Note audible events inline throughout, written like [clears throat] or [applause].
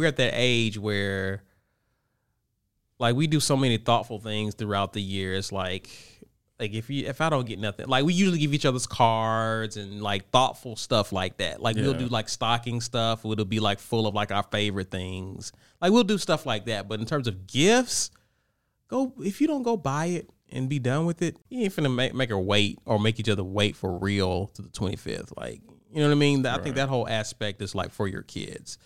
we're at that age where like we do so many thoughtful things throughout the year. It's like like if you if I don't get nothing, like we usually give each other's cards and like thoughtful stuff like that. Like we'll Yeah. do like stocking stuff. It'll be like full of like our favorite things. Like we'll do stuff like that. But in terms of gifts, go if you don't go buy it and be done with it, you ain't finna make, make her wait or make each other wait for real to the twenty fifth. Like you know what I mean? I think that whole aspect is like for your kids.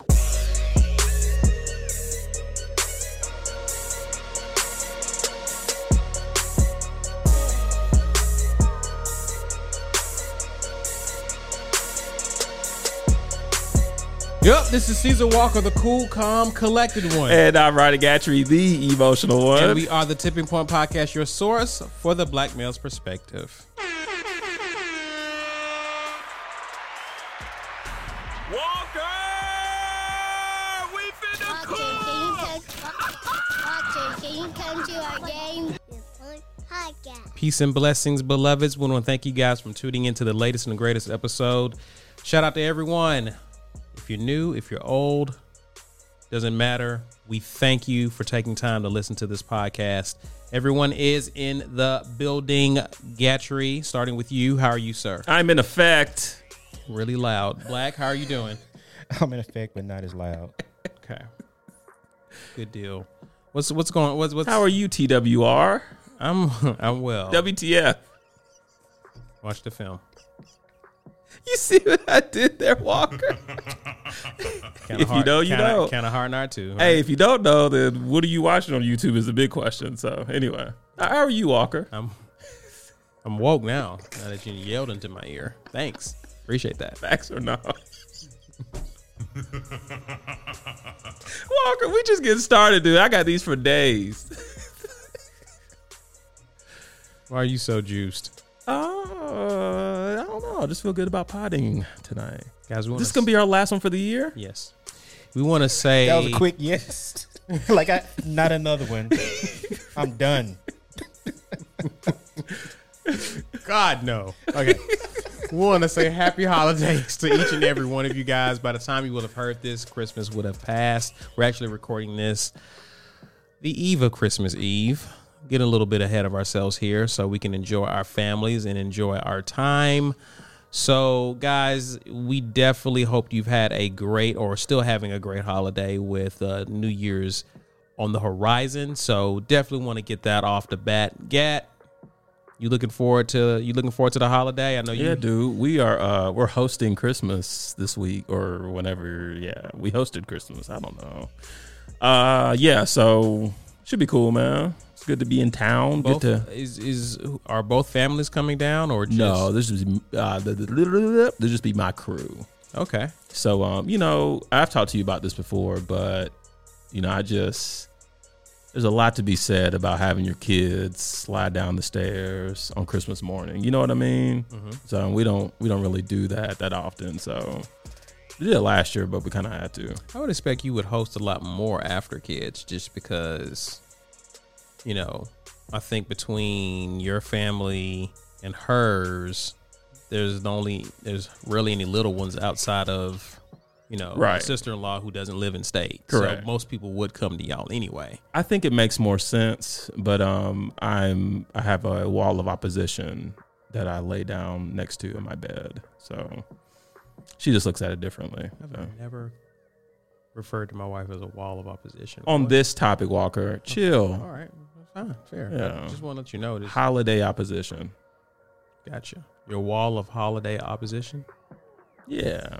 Yep, this is Caesar Walker, the cool, calm, collected one. And I'm Roddy Gatry, the emotional one. And we are the Tipping Point Podcast, your source for the black male's perspective. Walker, we finna Watch it, can you [laughs] come- watch it, can you come to our game? Podcast. Peace and blessings, beloveds. We want to thank you guys for tuning into the latest and the greatest episode. Shout out to everyone. If you're new, if you're old, doesn't matter. We thank you for taking time to listen to this podcast. Everyone is in the building. Gatry, starting with you. How are you, sir? I'm in effect. Really loud. Black, how are you doing? [laughs] I'm in effect, but not as loud. Okay. Good deal. What's what's going? What's what's? How are you, TWR? I'm [laughs] I'm well. WTF? Watch the [laughs] film. You see what I did there, Walker? Kinda If you know, you kinda, know. Kind of hard not to. right? hey, if you don't know, then what are you watching on YouTube is the big question. So, anyway, how how are you, Walker? I'm I'm woke now. Now that you yelled into my ear. Thanks. Appreciate that. Facts or not? Walker, we just getting started, dude. I got these for days. Why are you so juiced, Uh, I don't know. I just feel good about potting tonight. guys? We wanna This is gonna be our last one for the year. yes. We want to say That was a quick yes. [laughs] like I, not another one. I'm done. God no. [laughs] Okay. we want to say happy holidays to each and every one of you guys. By the time you will have heard this, Christmas would have passed. We're actually recording this the eve of Christmas Eve. Get a little bit ahead of ourselves here so we can enjoy our families and enjoy our time. So, guys, we definitely hope you've had a great or still having a great holiday with uh, New Year's on the horizon. So, definitely want to get that off the bat. Gat, you looking forward to you looking forward to the holiday? I know you Yeah, dude. We are uh we're hosting Christmas this week or whenever. Yeah, we hosted Christmas. I don't know. Uh yeah, so should be cool, man. It's good to be in town. both Good to is is are both families coming down or just No, this is uh there'll just be my crew. Okay. So um, you know, I've talked to you about this before, but you know, I just there's a lot to be said about having your kids slide down the stairs on Christmas morning. You know what I mean? So we don't we don't really do that that often. So we did it last year, but we kind of had to. I would expect you would host a lot more after kids just because, you know, I think between your family and hers, there's the only, there's really any little ones outside of, you know, Right. sister in law who doesn't live in state. Correct. So most people would come to y'all anyway. I think it makes more sense, but um, I'm I have a wall of opposition that I lay down next to in my bed. So she just looks at it differently. so. never referred to my wife as a wall of opposition. On this topic, Walker, chill. All right. Fine. Fair. Yeah. Just want to let you know. This, holiday opposition. gotcha. Your wall of holiday opposition. Yeah.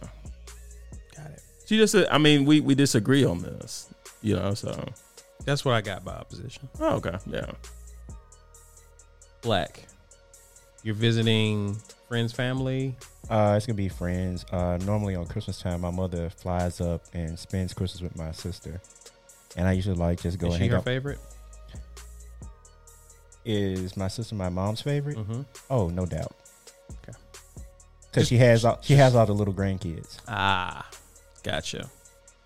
Got it. She just said, I mean, we, we disagree on this, you know, so. That's what I got by opposition. Oh, okay. Yeah. Black. You're visiting friends, family. Uh, it's gonna be friends. Uh, normally on Christmas time, my mother flies up and spends Christmas with my sister, and I usually like just go Is and she hang her out. favorite? Is my sister my mom's favorite? Mm-hmm. Oh, no doubt. Okay. Because she has all, she has all the little grandkids. Ah, gotcha,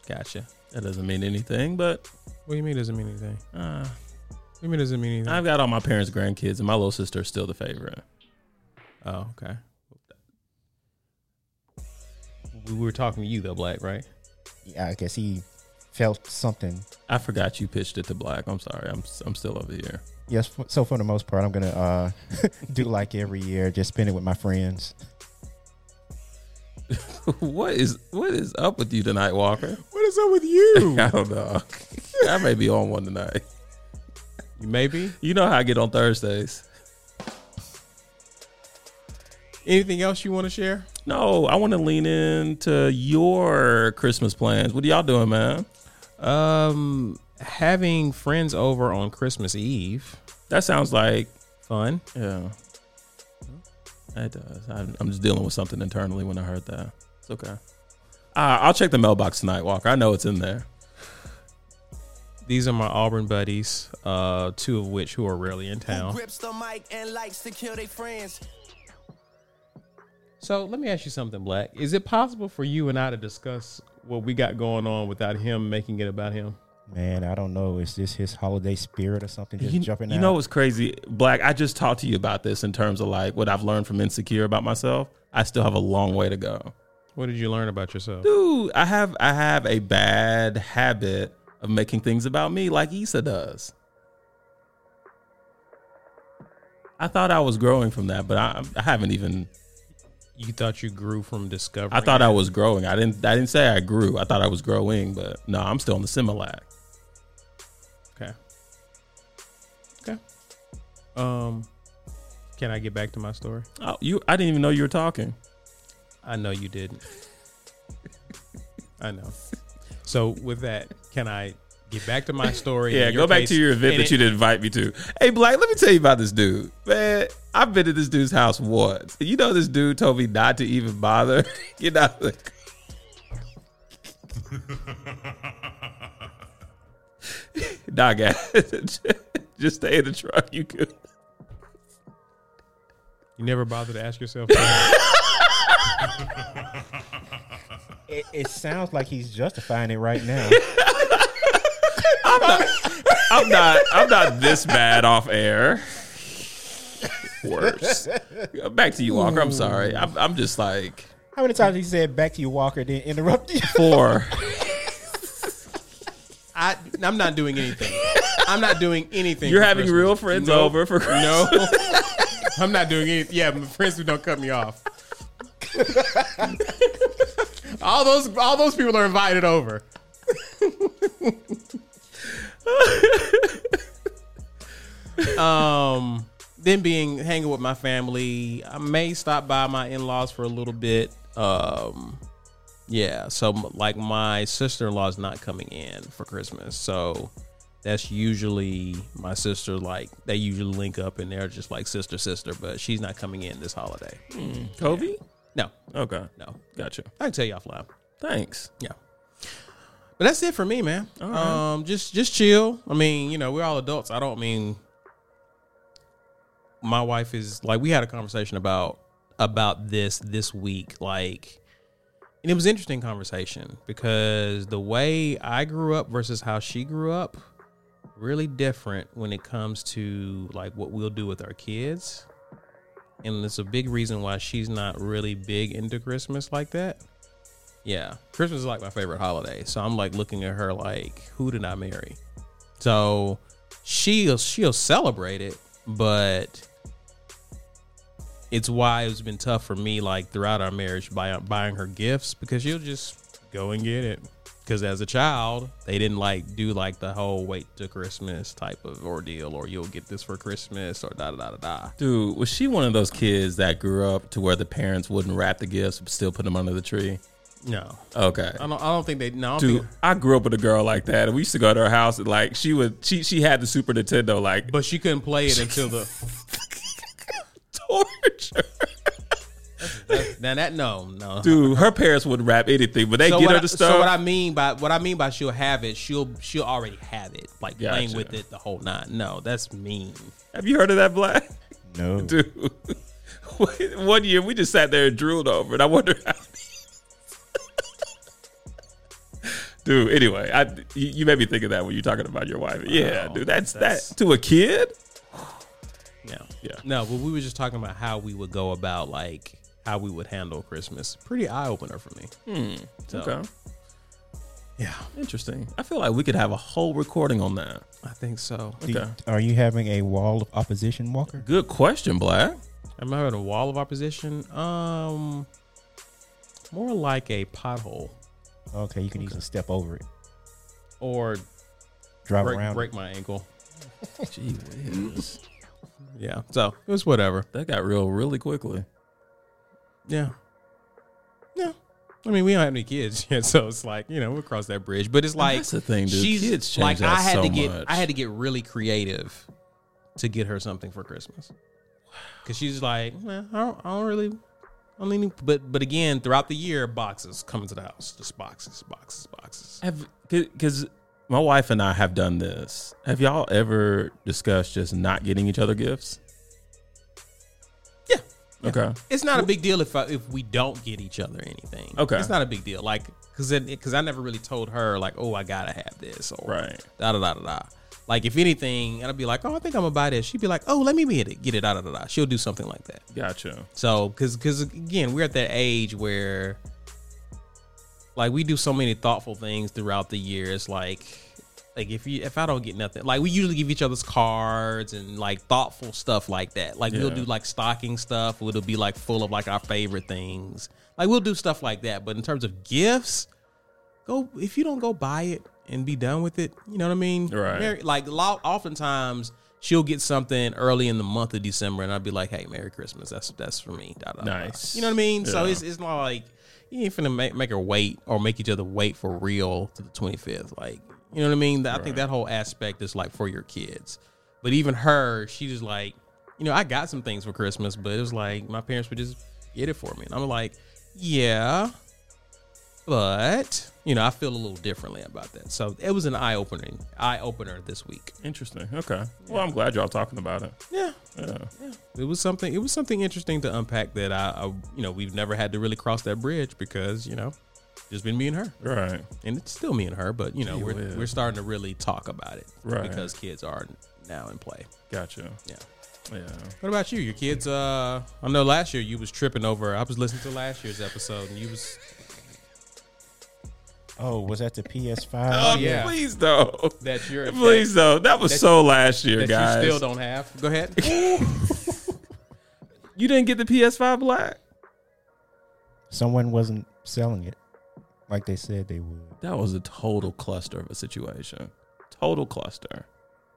gotcha. That doesn't mean anything, but What do you mean doesn't mean anything? What uh, do you mean doesn't mean anything? I've got all my parents' grandkids, and my little sister is still the favorite. oh, okay. We were talking to you though, Black, right? Yeah, I guess he felt something. I forgot you pitched it to black. I'm sorry. I'm I'm still over here. Yes, for, so for the most part, I'm gonna uh, [laughs] do like every year, just spend it with my friends. [laughs] what is what is up with you tonight, Walker? What is up with you? [laughs] [laughs] I don't know. [laughs] I may be on one tonight. Maybe. You know how I get on Thursdays. Anything else you want to share? No, I want to lean into your Christmas plans. What are y'all doing, man? Um, having friends over on Christmas Eve. That sounds like Fun. yeah. It does. I'm, I'm just dealing with something internally when I heard that. It's okay. Uh, I'll check the mailbox tonight, Walker. I know it's in there. These are my Auburn buddies, uh, two of which who are rarely in Who town. grips the mic and likes to kill their friends. So let me ask you something, Black. Is it possible for you and I to discuss what we got going on without him making it about him? Man, I don't know. Is this his holiday spirit or something just you, jumping you out? know what's crazy black i just talked to you about this in terms of like what i've learned from insecure about myself i still have a long way to go What did you learn about yourself? dude i have i have a bad habit of making things about me like Issa does i thought i was growing from that but i, I haven't even You thought you grew from discovery. i thought i was growing i didn't i didn't say i grew i thought i was growing but no i'm still in the similac Okay. Okay. Um, can I get back to my story? oh, you i didn't even know you were talking I know you didn't. [laughs] I know. So with that, can I get back to my story? [laughs] Yeah, In your go back case- to your event and that you it- didn't invite me to. Hey, Black, let me tell you about this dude. Man, I've been to this dude's house once. You know, this dude told me not to even bother. [laughs] you know, like, [laughs] nah, guys, [laughs] just stay in the truck. You could. You never bothered to ask yourself. [laughs] it, it sounds like he's justifying it right now. [laughs] I'm not. I'm not this bad off air. Worse. Back to you, Walker. I'm sorry. I'm, I'm just like How many times he said back to you, Walker, then [laughs] interrupt you? four. I, I'm not doing anything. I'm not doing anything. You're for having Christmas. real friends No. over for Christmas. No, [laughs] I'm not doing anything. Yeah, my friends who don't cut me off. [laughs] all those all those people are invited over. [laughs] um, then being hanging with my family, I may stop by my in laws for a little bit. Um, yeah, so m- like my sister in law is not coming in for Christmas, so that's usually my sister. Like they usually link up and they're just like sister sister, but she's not coming in this holiday. Kobe. No, Okay. no, Gotcha. I can tell you offline. Thanks. Yeah. But that's it for me, man. right. Um, just just chill. I mean, you know, we're all adults. I don't mean my wife is like we had a conversation about about this this week, like, and it was an interesting conversation because the way I grew up versus how she grew up really different when it comes to like what we'll do with our kids. And it's a big reason why she's not really big into Christmas like that. Yeah, Christmas is like my favorite holiday. So I'm like looking at her like, who did I marry? So she'll she'll celebrate it, but it's why it's been tough for me like throughout our marriage by buying her gifts because she'll just go and get it. Because as a child, they didn't like do like the whole wait to Christmas type of ordeal, or you'll get this for Christmas, or da da da da da. Dude, was she one of those kids that grew up to where the parents wouldn't wrap the gifts but still put them under the tree? No, Okay. I don't. I don't think they. No, I don't Dude, think- I grew up with a girl like that, and we used to go to her house and like she would she she had the Super Nintendo like [laughs] but she couldn't play it until the. torture. Now that no no. Dude, her parents wouldn't wrap anything, but they so get what her I, the So what I stuff. mean by what I mean by she'll have it, she'll she'll already have it, like playing Gotcha. with it the whole nine. No, that's mean. Have you heard of that black? No. Dude. [laughs] One year we just sat there and drooled over it. I wonder how [laughs] Dude, anyway, I you, you made me think of that when you're talking about your wife. Yeah, Wow, dude, that's, Oh, that's- that to a kid? No, Yeah. no. But we were just talking about how we would go about like Hmm, how we would handle Christmas. Pretty eye opener for me. So, Okay. Yeah, Interesting. I feel like we could have a whole recording on that. I think so. Do you- Okay. are you having a wall of opposition, Walker? Good question, Black. Am I having a wall of opposition? Um, more like a pothole Okay, you can easily step over it, or drive break, around. break my ankle. Gee whiz. Yeah, so it was whatever. that got real really quickly. Yeah, yeah. I mean, we don't have any kids yet, [laughs] so it's like you know we'll cross that bridge. But it's like That's the thing, dude. She's Kids change like that I had so to get much. I had to get really creative to get her something for Christmas because she's like, "Well, I, don't, I don't really, I don't need. But but again, throughout the year, boxes coming to the house, just boxes, boxes, boxes. Have because my wife and I have done this. Have y'all ever discussed just not getting each other gifts? Yeah, Okay. it's not a big deal if I, if we don't get each other anything. Okay. it's not a big deal. Like because because I never really told her like, oh, I gotta have this or Right. da da da da. da. Like if anything, and I'd be like, oh, I think I'm gonna buy this. She'd be like, oh, let me get it, get it, da da da da. She'll do something like that. Uh-huh. Gotcha. So, because because again, we're at that age where, like, we do so many thoughtful things throughout the year. It's like, like if you if I don't get nothing, like we usually give each other's cards and like thoughtful stuff like that. Like we'll Yeah. do like stocking stuff. It'll be like full of like our favorite things. Like we'll do stuff like that. But in terms of gifts, go if you don't go buy it and be done with it. You know what I mean? Right. Merry- like a lot, oftentimes. She'll get something early in the month of December, and I'll be like, "Hey, Merry Christmas! That's that's for me." Da, da, da, da. Nice. You know what I mean? So Yeah. it's it's not like you ain't finna make, make her wait or make each other wait for real to the 25th. Like, you know what I mean? I think that whole aspect is like for your kids. But even her, she just like, you know, I got some things for Christmas, but it was like my parents would just get it for me. And I'm like, yeah, but, you know, I feel a little differently about that. So it was an eye opening, eye opener this week. Interesting. Okay. Well, I'm glad y'all talking about it. Yeah. Yeah. It was something. It was something interesting to unpack that I, I, you know, we've never had to really cross that bridge because you know, just been me and her, Right. and it's still me and her. But you know, Gee we're whiz. we're starting to really talk about it Right. because kids are now in play. Gotcha. Yeah. Yeah. What about you? Your kids? Uh, I know last year you was tripping over. I was listening to last year's episode, and you was Oh, was that the PS5? Oh yeah. Please though. that you're Please though. That was That- so last year, that guys. you still don't have. Go ahead. [laughs] You didn't get the PS5 Black. Someone wasn't selling it like they said they would. That was a total cluster of a situation. Total cluster.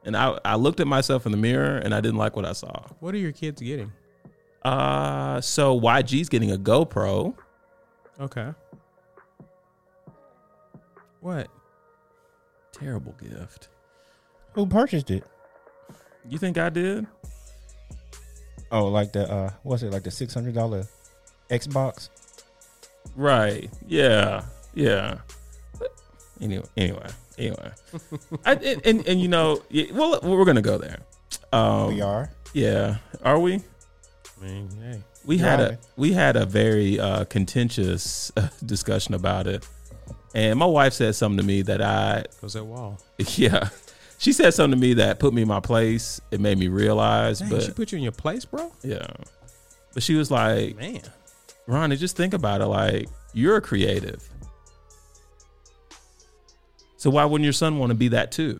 And I, I looked at myself in the mirror and I didn't like what I saw. what are your kids getting? Uh, so YG's getting a GoPro. Okay. What? Terrible gift. Who purchased it? You think I did? Oh, like the uh, what's it like the six hundred dollar Xbox? Right. Yeah. Yeah. But anyway, anyway, anyway. I, and, and and you know, yeah, well, we're gonna go there. Um, we are. Yeah. Are we? I mean, hey. we You're had a right. we had a very uh, contentious uh, discussion about it, and my wife said something to me that I Goes that wall. [laughs] yeah, she said something to me that put me in my place. It made me realize, Dang, but she put you in your place, bro. yeah, but she was like, Man. Ronnie, just think about it. Like you're a creative, so why wouldn't your son want to be that too?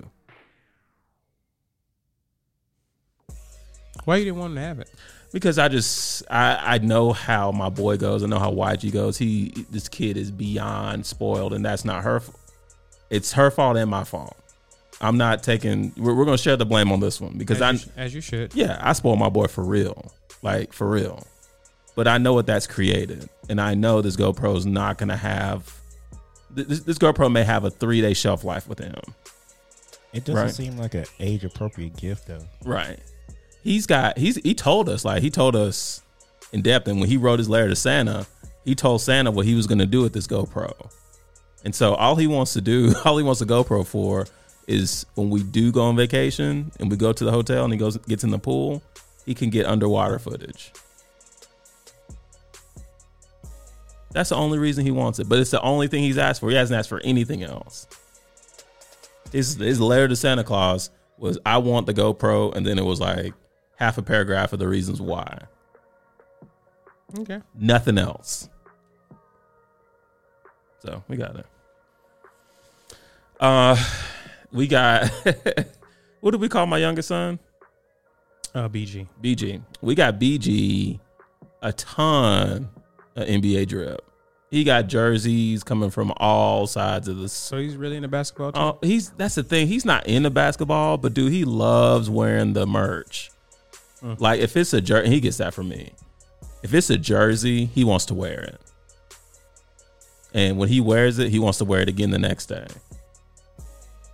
Why you didn't want him to have it? Because I just I, I know how my boy goes. I know how YG goes. He this kid is beyond spoiled, and that's not her. f- It's her fault and my fault. I'm not taking. We're, we're gonna share the blame on this one because as, I you, sh- as you should. yeah I spoiled my boy for real, like for real. But I know what that's created, and I know this GoPro is not gonna have. th- This, this GoPro may have a three day shelf life with him. It doesn't Right. seem like an age appropriate gift though. Right. He's got he's he told us like he told us in depth and when he wrote his letter to Santa, he told Santa what he was going to do with this GoPro. And so all he wants to do, [laughs] all he wants a GoPro for is when we do go on vacation and we go to the hotel and he goes gets in the pool, he can get underwater footage. That's the only reason he wants it, but it's the only thing he's asked for. He hasn't asked for anything else. His his letter to Santa Claus was I want the GoPro, and then it was like half a paragraph of the reasons why. Okay. Nothing else. So we got it. Uh, we got [laughs] what do we call my youngest son? Uh, BG. BG. We got BG a ton of NBA drip. He got jerseys coming from all sides of the. s- So he's really into basketball. Too? Oh, he's that's the thing. He's not into basketball, but dude, he loves wearing the merch. Like if it's a jersey, he gets that from me. If it's a jersey, he wants to wear it. And when he wears it, he wants to wear it again the next day.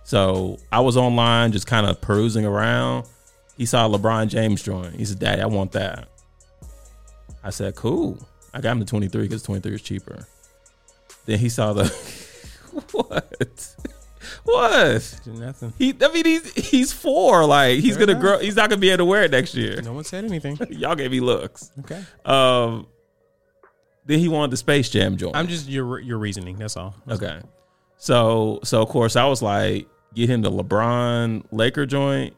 So I was online just kind of perusing around. He saw LeBron James join. He said, Daddy, I want that. I said, Cool. I got him to 23 because 23 is cheaper. Then he saw the [laughs] what? What? Did nothing. He I mean he's he's four. Like he's Fair gonna enough. grow he's not gonna be able to wear it next year. No one said anything. [laughs] Y'all gave me looks. Okay. Um then he wanted the Space Jam joint. I'm just your your reasoning. That's all. Okay. So so of course I was like, get him the LeBron Laker joint,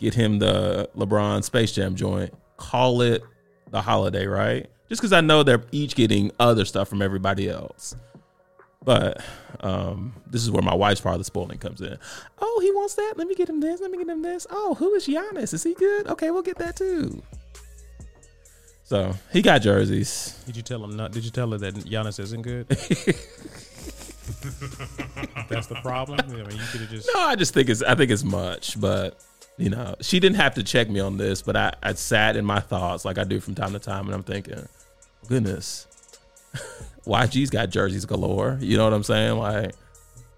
get him the LeBron Space Jam joint, call it the holiday, right? Just because I know they're each getting other stuff from everybody else. But um, this is where my wife's part of the spoiling comes in. Oh, he wants that. Let me get him this. Let me get him this. Oh, who is Giannis? Is he good? Okay, we'll get that too. So he got jerseys. Did you tell him not? Did you tell her that Giannis isn't [laughs] good? That's the problem. I mean, you could have just. No, I just think it's I think it's much, but you know, she didn't have to check me on this, but I, I sat in my thoughts like I do from time to time, and I'm thinking, goodness, [laughs] YG's got jerseys galore. You know what I'm saying? Like,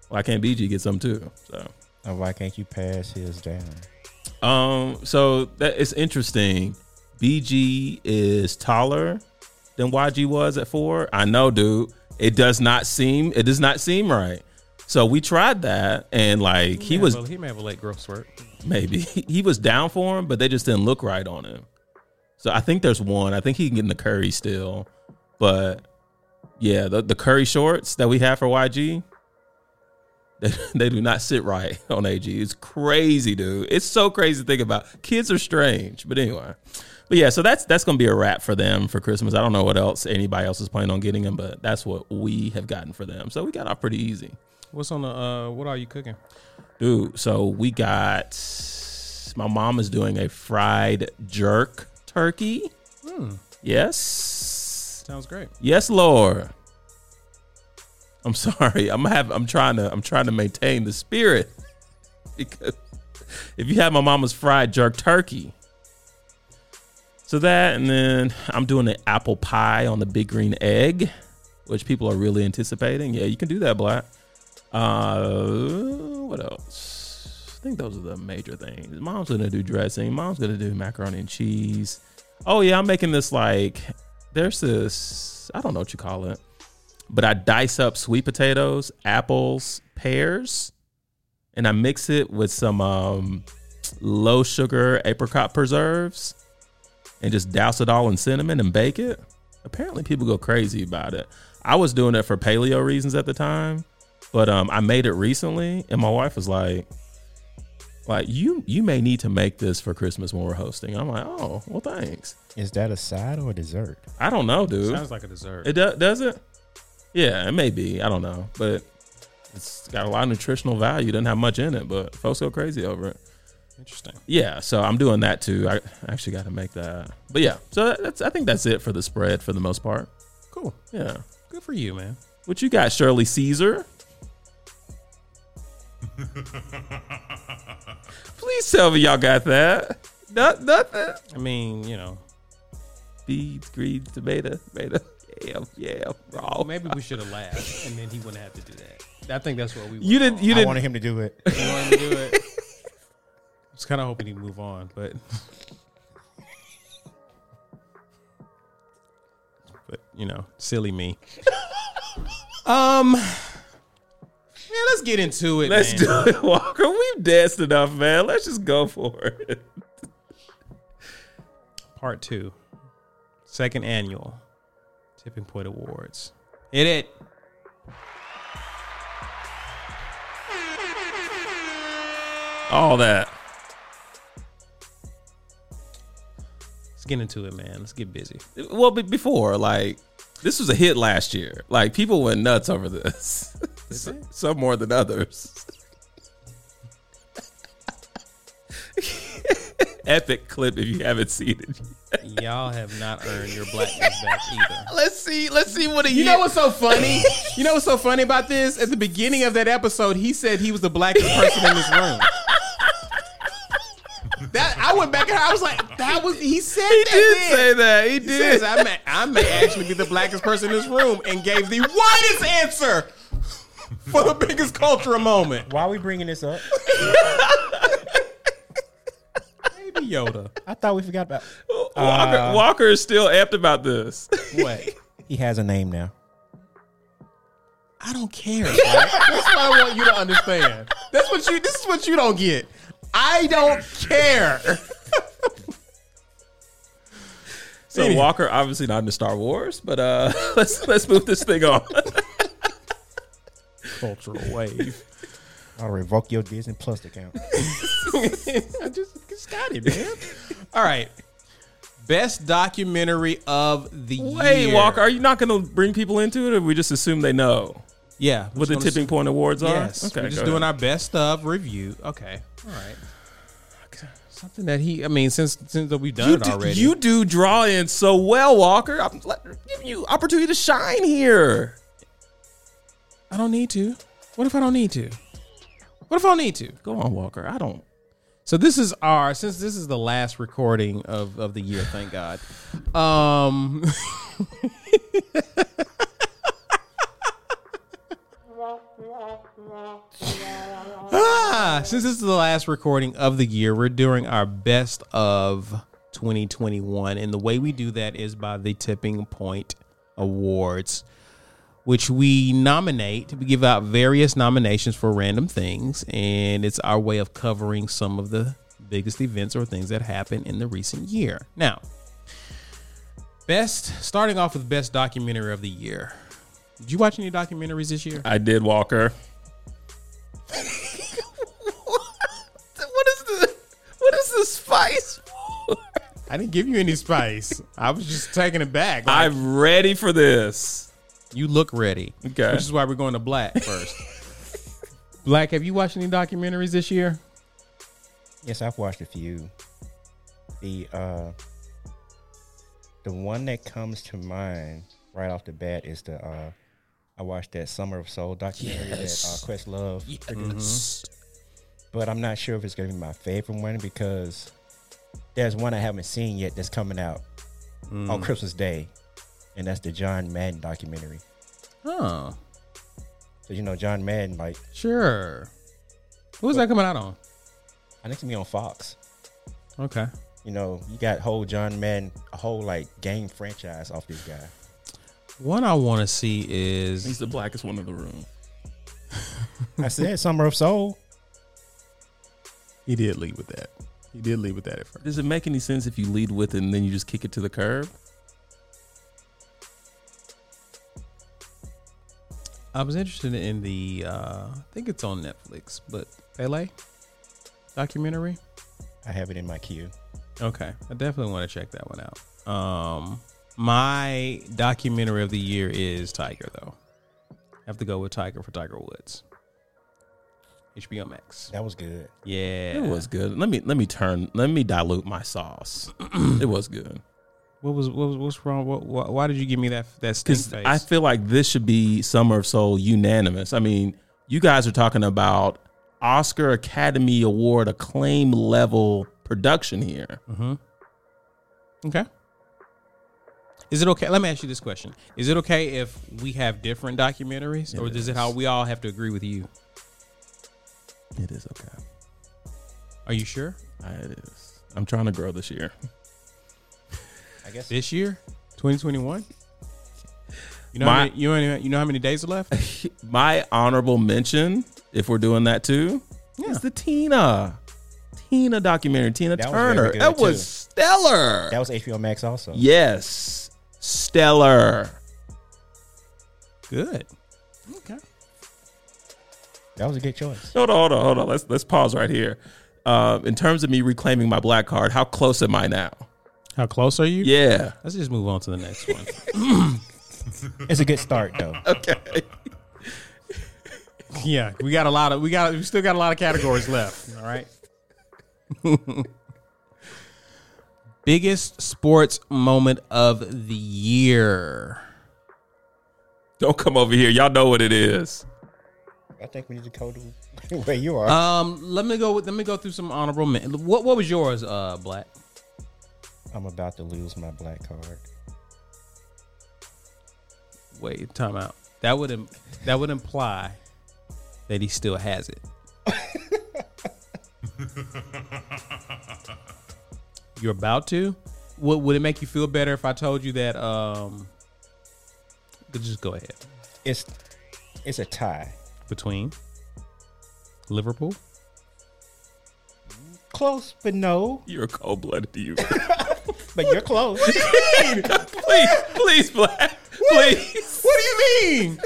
why can't BG get some too? So, And Oh, why can't you pass his down? um, so that it's interesting. BG is taller than YG was at four. I know, dude. It does not seem it does not seem right. So we tried that, and like he may was have a- he may have a late growth spurt. Maybe [laughs] he was down for him, but they just didn't look right on him. So I think there's one. I think he can get in the Curry still, but yeah, the, the Curry shorts that we have for YG, [laughs] they, they do not sit right [laughs] on AG. It's crazy, dude. It's so crazy to think about. Kids are strange, but anyway, but yeah. So that's that's gonna be a wrap for them for Christmas. I don't know what else anybody else is planning on getting them, but that's what we have gotten for them. So we got off pretty easy. What's on the? Uh, what are you cooking? Dude, so we got my mom is doing a fried jerk turkey. Yes. Sounds great. Yes, Lord. I'm sorry. I'm have I'm trying to I'm trying to maintain the spirit. [laughs] Because if you have my mama's fried jerk turkey. So that and then I'm doing an apple pie on the big green egg, which people are really anticipating. Yeah, you can do that, Black. Uh what else? I think those are the major things. Mom's gonna do dressing, mom's gonna do macaroni and cheese. Oh yeah, I'm making this like there's this I don't know what you call it, but I dice up sweet potatoes, apples, pears, and I mix it with some um, low sugar apricot preserves, and just douse it all in cinnamon and bake it. Apparently, people go crazy about it. I was doing it for paleo reasons at the time, but um, I made it recently, and my wife was like. Like you, you may need to make this for Christmas when we're hosting. I'm like, oh, well, thanks. Is that a side or a dessert? I don't know, dude. Sounds like a dessert. it do- does it? Yeah, it may be. I don't know, but it's got a lot of nutritional value. Doesn't have much in it, but folks go crazy over it. Interesting. Yeah, so I'm doing that too. I actually got to make that. But yeah, so that's I think that's it for the spread for the most part. Cool. Yeah. Good for you, man. What you got, Shirley Caesar? Please tell me y'all got that. Not nothing. I mean, you know, Beads, greens, tomato, tomato. Yeah, yeah, raw. maybe we should have laughed, and then he wouldn't have to do that. I think that's what we. You were didn't. wrong. You I didn't. wanted him to do it. We wanted to do it. I was kind of hoping he'd move on, but. [laughs] But you know, silly me. um, man, let's get into it. Let's man. do it, Walker. We've danced enough, man. Let's just go for it. part two, second annual Tipping Point Awards. Hit it. All that. Let's get into it, man. Let's get busy. Well, but before, like, this was a [laughs] hit last year. Like, people went nuts over this. Some more than others. [laughs] epic clip if you haven't seen it. Y'all have [laughs] not earned your blackness back either. Let's see. Let's see what a You year. know what's so funny? You know what's so funny about this? At the beginning of that episode, he said he was the blackest person in this room. That I went back and I was [laughs] like, that was he said he that. did then. say that. He He says did. I may I may actually be the blackest person in this room and gave the widest answer for the biggest cultural moment. [laughs] Why are we bringing this up? Baby Yoda. I thought we forgot about. [laughs] Walker, Uh, Walker is still amped about [laughs] this. What? He has a name now. I don't [laughs] care. Right? That's what I want you to understand. That's what you. This is what you don't get. I don't care. So Anywho. Walker, obviously not into Star Wars, but uh, [laughs] let's let's move this [laughs] thing on. Cultural wave. I'll revoke your Disney Plus account. I just, just got it, man. All right. Best documentary of the year. Wait, Walker, are you not going to bring people into it, or we just assume they know Yeah. we're what the just gonna- tipping point awards are? Yes. we're just go doing ahead. our best of review. Okay. All right. Okay. Something that he. I mean, since since that we've done You it do, already. you do draw in so well, Walker. I'm let- giving you opportunity to shine here. I don't need to. What if I don't need to? What if I don't need to? Go on, Walker. I don't. So this is our since this is the last recording of of the year, thank God. Um Ah, since this is the last recording of the year, we're doing our best of 2021 and the way we do that is by the Tipping Point Awards which we nominate. We give out various nominations for random things, and it's our way of covering some of the biggest events or things that happened in the recent year. Now, best starting off with best documentary of the year. Did you watch any documentaries this year? I did, [laughs] Walker. what is the what is the spice for? I didn't give you any spice. I was just taking it back. I'm ready for this. you look ready, Okay. which is why we're going to Black first. Black, have you watched any documentaries this year? yes, I've watched a few. The uh, the one that comes to mind right off the bat is the uh, I watched that Summer of Soul documentary Yes. that uh, Quest Love but I'm not sure if it's gonna be my favorite one because there's one I haven't seen yet that's coming out on Christmas Day, and that's the John Madden documentary. Oh, So you know John Madden, like Sure. What was that coming out on? I think it's gonna be on Fox. Okay. You know, you got whole John Madden, a whole like game franchise off this guy. One I want to see is He's the blackest one in the room. I said Summer of Soul. he did lead with that. He did lead with that at first. Does it make any sense if you lead with it and then you just kick it to the curb? I was interested in the uh I think it's on Netflix, but Pele documentary. I have it in my queue. Okay. I definitely want to check that one out. Um my documentary of the year is Tiger though. have to go with Tiger for Tiger Woods. HBO Max. That was good. Yeah. It was good. Let me let me turn. Let me dilute my [clears throat] sauce. it was good What was what was what's wrong? What, why, why did you give me that that stink because face? I feel like this should be Summer of Soul unanimous. I mean, you guys are talking about Oscar Academy Award acclaim level production here. Okay. Is it okay? Let me ask you this question: Is it okay if we have different documentaries, or It is it how we all have to agree with you? It is okay. Are you sure? It is. I'm trying to grow this year. I guess This year, 2021. You know, My- how many, you know, you know how many days are left? [laughs] My honorable mention, if we're doing that too, is the Tina. Tina documentary, Tina That was very Turner. good, that too. was stellar. that was HBO Max also. yes. Stellar. Good. Okay. That was a good choice. Hold on, hold on, hold on. Let's let's pause right here. Um, in terms of me reclaiming my black card, how close am I now? How close are you? Yeah. [laughs] Let's just move on to the next one. It's a good start [laughs] though. Okay. yeah, we got a lot of we got we still got a lot of categories left. All right. [laughs] Biggest sports moment of the year. Don't come over here. Y'all know what it is. I think we need to go to [laughs] where you are. Um, let me go. With, let me go through some honorable men. What What was yours, uh, Black? I'm about to lose my black card. Wait, time out. That would Im- that would imply that he still has it. [laughs] You're about to. Would Would it make you feel better if I told you that? Um, just go ahead. It's it's a tie. Between Liverpool. Close, but no. You're cold blooded to you. [laughs] But you're [laughs] close. please, please, Black. Please. [laughs] What do you mean?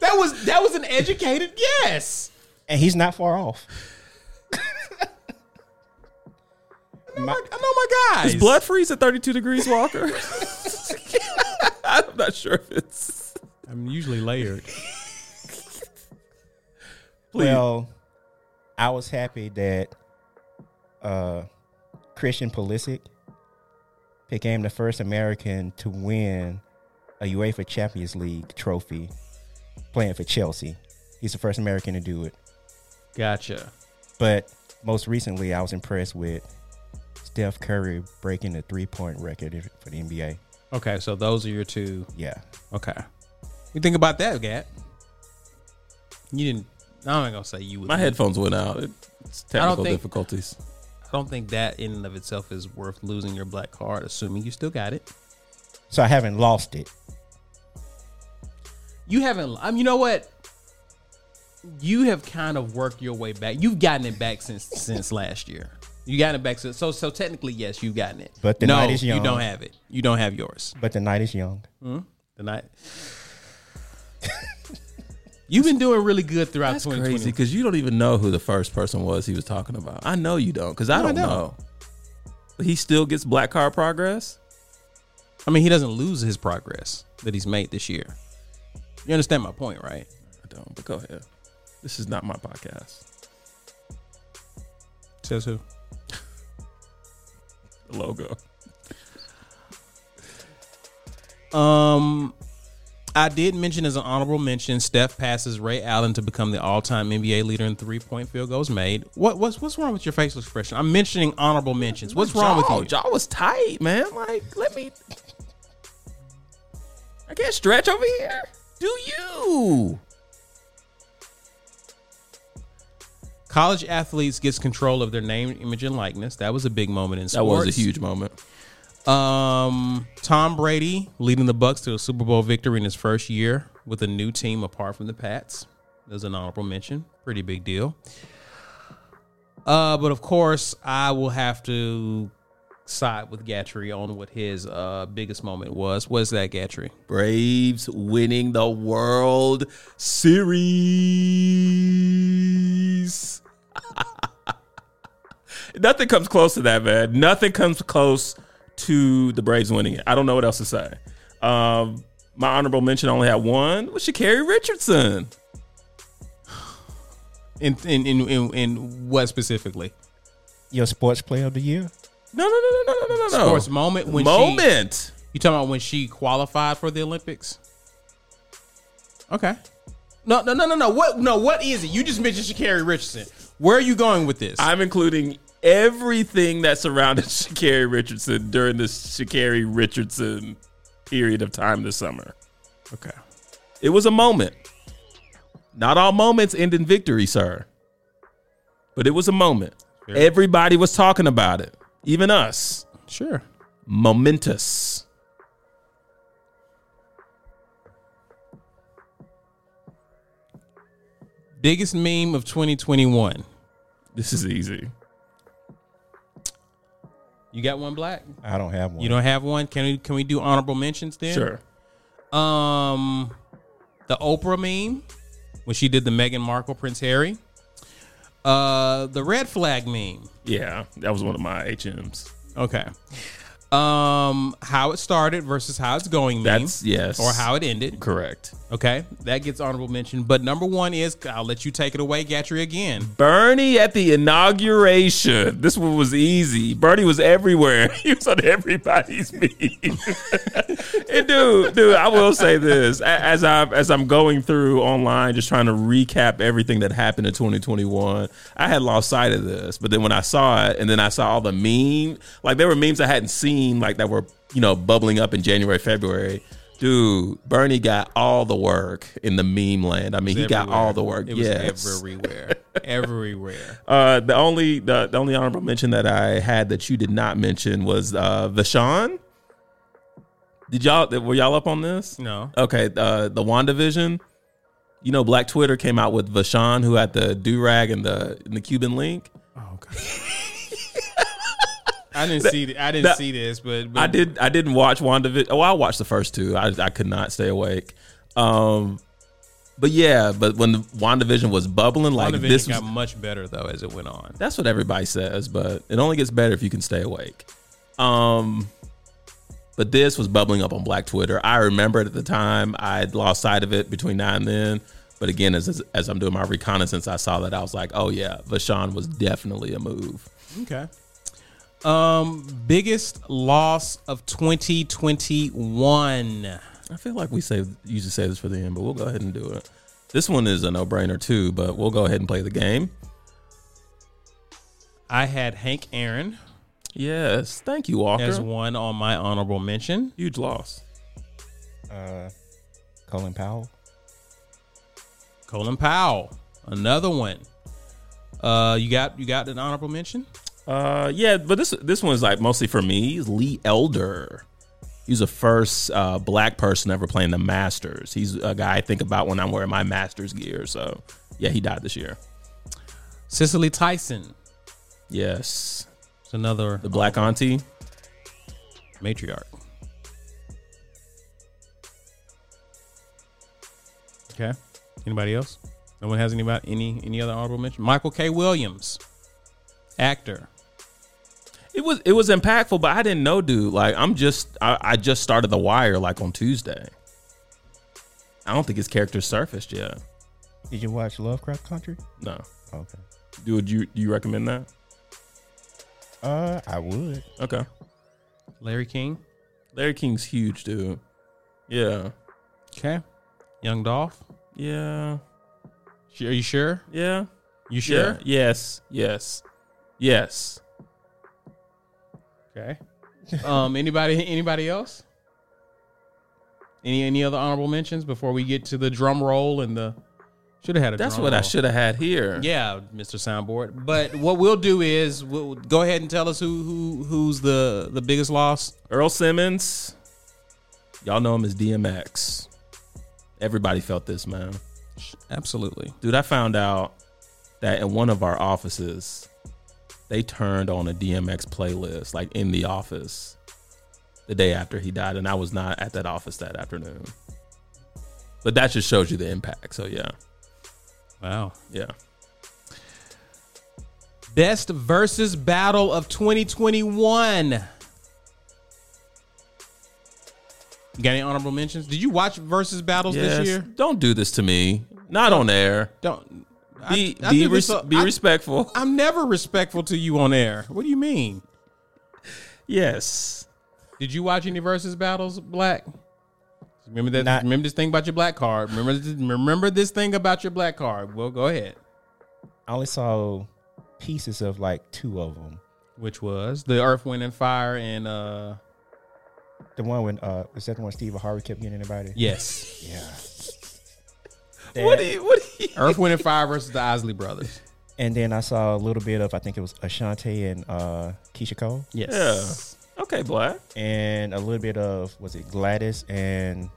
That was that was an educated guess. and he's not far off. I know my guys. Is blood freeze at 32 degrees, [laughs] Walker? [laughs] I'm not sure if it's. I'm usually layered. Please. Well, I was happy that uh, Christian Pulisic became the first American to win a UEFA Champions League trophy playing for Chelsea. He's the first American to do it. Gotcha. But most recently, I was impressed with Steph Curry breaking the three point record for the NBA. Okay, so those are your two. Yeah. Okay. You think about that, Gat? You didn't. I'm not gonna say you. Would, My headphones went out. It's technical think- difficulties. I don't think that in and of itself is worth losing your black card, assuming you still got it. So I haven't lost it. You haven't. I mean, you know what? You have kind of worked your way back. You've gotten it back since since last year. You gotten it back since. So so technically, yes, you've gotten it. But the no, night is you young. don't have it. You don't have yours. But the night is young. The night. [laughs] You've been doing really good throughout That's 2020. crazy because you don't even know who the first person was he was talking about. I know you don't because I No, I don't don't. know. But he still gets black card progress. I mean, he doesn't lose his progress that he's made this year. You understand my point, right? I don't. But go ahead. This is not my podcast. Says who? The logo. Um, I did mention as an honorable mention, Steph passes Ray Allen to become the all-time NBA leader in three-point field goals made. What what's what's wrong with your facial expression? I'm mentioning honorable mentions. What's wrong with Jaw- you? Jaw was tight, man. Like, let me. I can't stretch over here. Do you? College athletes gets control of their name, image, and likeness. That was a big moment in That sports. was a huge moment. Um, Tom Brady leading the Bucks to a Super Bowl victory in his first year with a new team apart from the Pats. That was an honorable mention. Pretty big deal. Uh, but of course, I will have to side with Gatry on what his uh biggest moment was. What's that, Gatry? Braves winning the World Series. [laughs] Nothing comes close to that, man. Nothing comes close to the Braves winning it. I don't know what else to say. Um, my honorable mention I only had one was Shakari Richardson. In in in in, in what specifically? Your sports player of the year? No, no, no, no, no, no, no, no. Sports moment when she moment. you talking about when she qualified for the Olympics? Okay. No, no, no, no, no. What? No, what is it? You just mentioned Shakari Richardson. Where are you going with this? I'm including everything that surrounded [laughs] Shakari Richardson during this Shakari Richardson period of time this summer. okay. It was a moment. Not all moments end in victory, sir. But it was a moment. Everybody was talking about it, even us. Sure. Momentous. Biggest meme of 2021. This is easy. You got one black? I don't have one. You don't have one? Can we can we do honorable mentions then? Sure. Um, the Oprah meme when she did the Meghan Markle Prince Harry. Uh, the red flag meme. Mm-hmm. Yeah, that was one of my HMs. Okay. Um, how it started versus how it's going. Meme, That's- yes. or how it ended. Correct. Okay, that gets honorable mention. But number one is I'll let you take it away, Gatry again. Bernie at the inauguration. This one was easy. Bernie was everywhere. [laughs] He was on everybody's [laughs] meeting. and dude, dude, I will say this: A- as I as I'm going through online, just trying to recap everything that happened in 2021, I had lost sight of this. But then when I saw it, and then I saw all the meme, like there were memes I hadn't seen, like that were you know bubbling up in January, February. Dude, Bernie got all the work in the meme land. I mean, he got all the work. It was Yes. [laughs] everywhere, everywhere. Uh, the only the, the only honorable mention that I had that you did not mention was uh, Vashon. Did y'all were y'all up on this? No. Okay. Uh, the Wandavision. You know, Black Twitter came out with Vashon, who had the do rag and the and the Cuban link. Oh god. [laughs] I didn't see. th- I didn't that- see this, but, but I did. I didn't watch WandaVision. Oh, I watched the first two. I I could not stay awake. Um, but yeah, but when the WandaVision was bubbling like WandaVision this, was, got much better though as it went on. That's what everybody says, but it only gets better if you can stay awake. Um, but this was bubbling up on Black Twitter. I remember it at the time. I had lost sight of it between now and then. But again, as, as, as I'm doing my reconnaissance, I saw that I was like, oh yeah, Vashon was definitely a move. Okay. Um, biggest loss of 2021. I feel like we save usually save this for the end, but we'll go ahead and do it. This one is a no brainer too, but we'll go ahead and play the game. I had Hank Aaron Yes, thank you, Walker. as one on my honorable mention. Huge loss. Uh, Colin Powell. Colin Powell, another one. Uh, you got you got an honorable mention. Uh, yeah, but this this one's like mostly for me. He's Lee Elder. He's the first uh, black person ever playing the Masters. He's a guy I think about when I'm wearing my Masters gear. So yeah, he died this year. Cicely Tyson, Yes, it's another the black auntie. matriarch. Okay. Anybody else? No one has anybody any any other honorable mention? Michael K. Williams, actor. It was it was impactful, but I didn't know, dude. Like I'm just I, I just started The Wire like on Tuesday. I don't think his character surfaced yet. Did you watch Lovecraft Country? No, Okay. dude, you do you recommend that? Uh, I would. Okay, Larry King. Larry King's huge, dude. Yeah, Okay. Young Dolph. yeah, Sh- Are you sure? yeah. You sure? Yeah. Yes. Yes. Yes. Okay. [laughs] um. Anybody? Anybody else? Any any other honorable mentions before we get to the drum roll and the should have had a. That's drum what I roll. should have had here. Yeah, Mr. Soundboard. But what we'll do is we'll go ahead and tell us who who who's the the biggest loss. Earl Simmons. Y'all know him as DMX. Everybody felt this, man. Absolutely. Dude, I found out that in one of our offices, they turned on a DMX playlist, like in the office, the day after he died. And I was not at that office that afternoon. But that just shows you the impact. So, yeah. Wow. Yeah. Best versus battle of 2021. You got any honorable mentions? Did you watch versus battles Yes. this year? Don't do this to me. Not on air. Don't. I- be I be, do this res- so- be I- [laughs] respectful. I'm never respectful to you on air. What do you mean? yes. Did you watch any versus battles, Black? Remember that. Not- remember this thing about your black card. Remember this, remember this thing about your black card. Well, go ahead. I only saw pieces of like two of them. Which was the Earth, Wind, and Fire, and uh, The one when uh, was that the one Steve Harvey kept getting everybody? yes, Yeah. What do you, what do you, Earth, Wind, and Fire versus the Isley Brothers. And then I saw a little bit of I think it was Ashante and uh, Keisha Cole, Yes. Okay, Black. and a little bit of was it Gladys and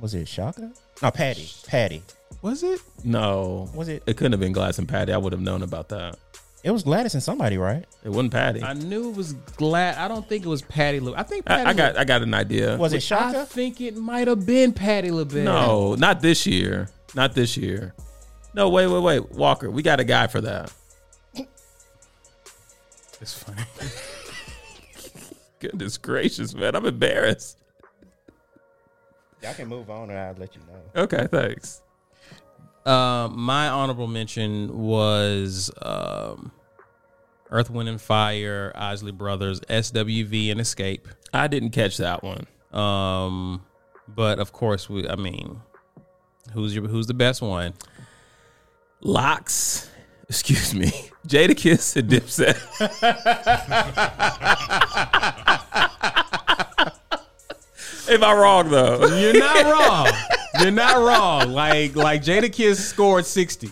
was it Shaka? No, Patty. Patty. Was it? No. Was it? It couldn't have been Glass and Patty. I would have known about that. It was Gladys and somebody, right? It wasn't Patty. I I, knew it was glad. I don't think it was Patty Lou. I think Patty I got I got an idea. Was it I Shaka? think it might have been Patty LaBelle. No, not this year. Not this year. No, wait, wait, wait. Walker, we got a guy for that. it's funny. Goodness gracious, man. I'm embarrassed. Y'all can move on, and I'll let you know. Okay, thanks. Uh, my honorable mention was um, Earth, Wind, and Fire, Isley Brothers, SWV, and Escape. I didn't catch that one. Um, but of course, we, I mean, who's your who's the best one? Locks, excuse me, [laughs] Jada Kiss and Dipset. [laughs] Am I wrong though? You're not wrong. You're not wrong. Like like Jada Kiss scored sixty,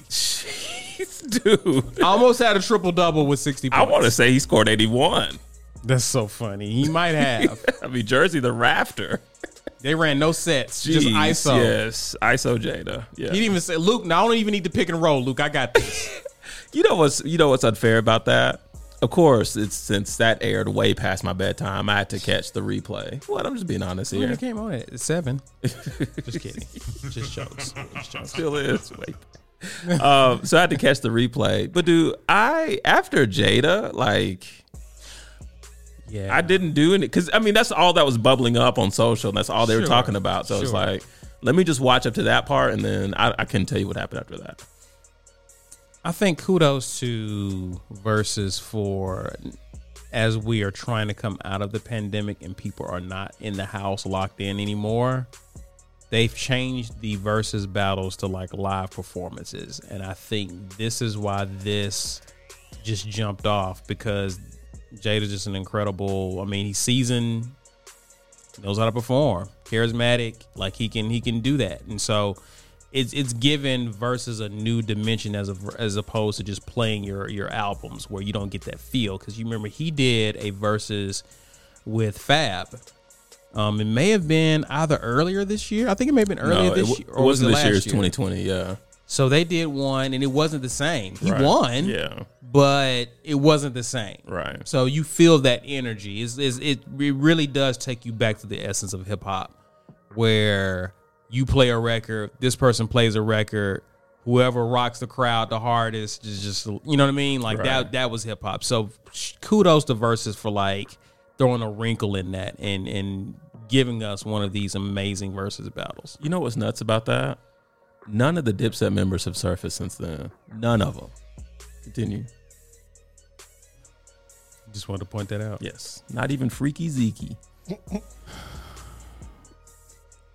Dude, almost had a triple double with sixty. I Points. want to say he scored 81. That's so funny. He might have. [laughs] I mean, Jersey the Rafter. they ran no sets, just Jeez, ISO. Yes, ISO Jada. Yeah. He didn't even say, Luke. No, I don't even need to pick and roll, Luke. I got [laughs] this. You know what's you know what's unfair about that? Of course, it's since that aired way past my bedtime, I had to catch the replay. What? I'm just being honest When here. it came on at seven. [laughs] Just kidding. Just jokes. Still is. Wait. um, so I had to catch the replay. But dude, I after Jada, like Yeah. I didn't do any because I mean that's all that was bubbling up on social. And that's all they were Sure. talking about. So it's Sure. like, let me just watch up to that part, and then I, I couldn't tell you what happened after that. I think kudos to Versus for as we are trying to come out of the pandemic and people are not in the house locked in anymore. They've changed the versus battles to like live performances. And I think this is why this just jumped off because Jada's just an incredible, I mean, he's seasoned, knows how to perform, charismatic, like he can he can do that. And so it's it's given versus a new dimension as of as opposed to just playing your your albums where you don't get that feel because you remember he did a versus with Fab. Um, it may have been either earlier this year. I think it may have been earlier no, this Uh, it, w- year. it wasn't was this it year. last It's 2020. Yeah, So they did one, and it wasn't the same. He Right. won, Yeah, but it wasn't the same. right. So you feel that energy. It's, it's, it it really does take you back to the essence of hip hop, where you play a record, this person plays a record, whoever rocks the crowd the hardest is just you know what I mean. Like Right. that that was hip hop. So sh- kudos to Versus for like throwing a wrinkle in that and and giving us one of these amazing versus battles. You know what's nuts about that? None of the Dipset members have surfaced since then. None of them. Continue. Just wanted to point that out. Yes. Not even Freaky Zeke.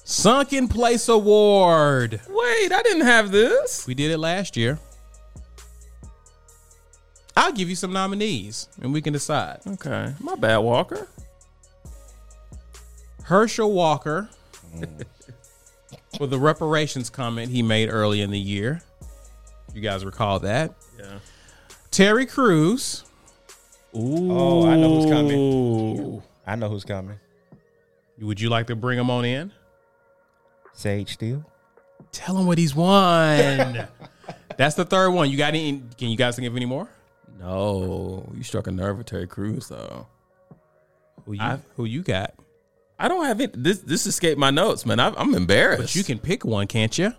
Sunken Place Award. Wait, I didn't have this. We did it last year. I'll give you some nominees and we can decide. Okay. My bad, Walker. Herschel Walker for the reparations comment he made early in the year. You guys recall that? Yeah. Terry Crews. Ooh. Oh, I know who's coming. coming. I know who's coming. Would you like to bring him on in? Sage Steele. Tell him what he's won. [laughs] That's the third one. You got any? Can you guys think of any more? No, you struck a nerve with Terry Crews though. Who you, I've- who you got? I don't have it. This this escaped my notes, man. I, I'm embarrassed. But you can pick one, can't you?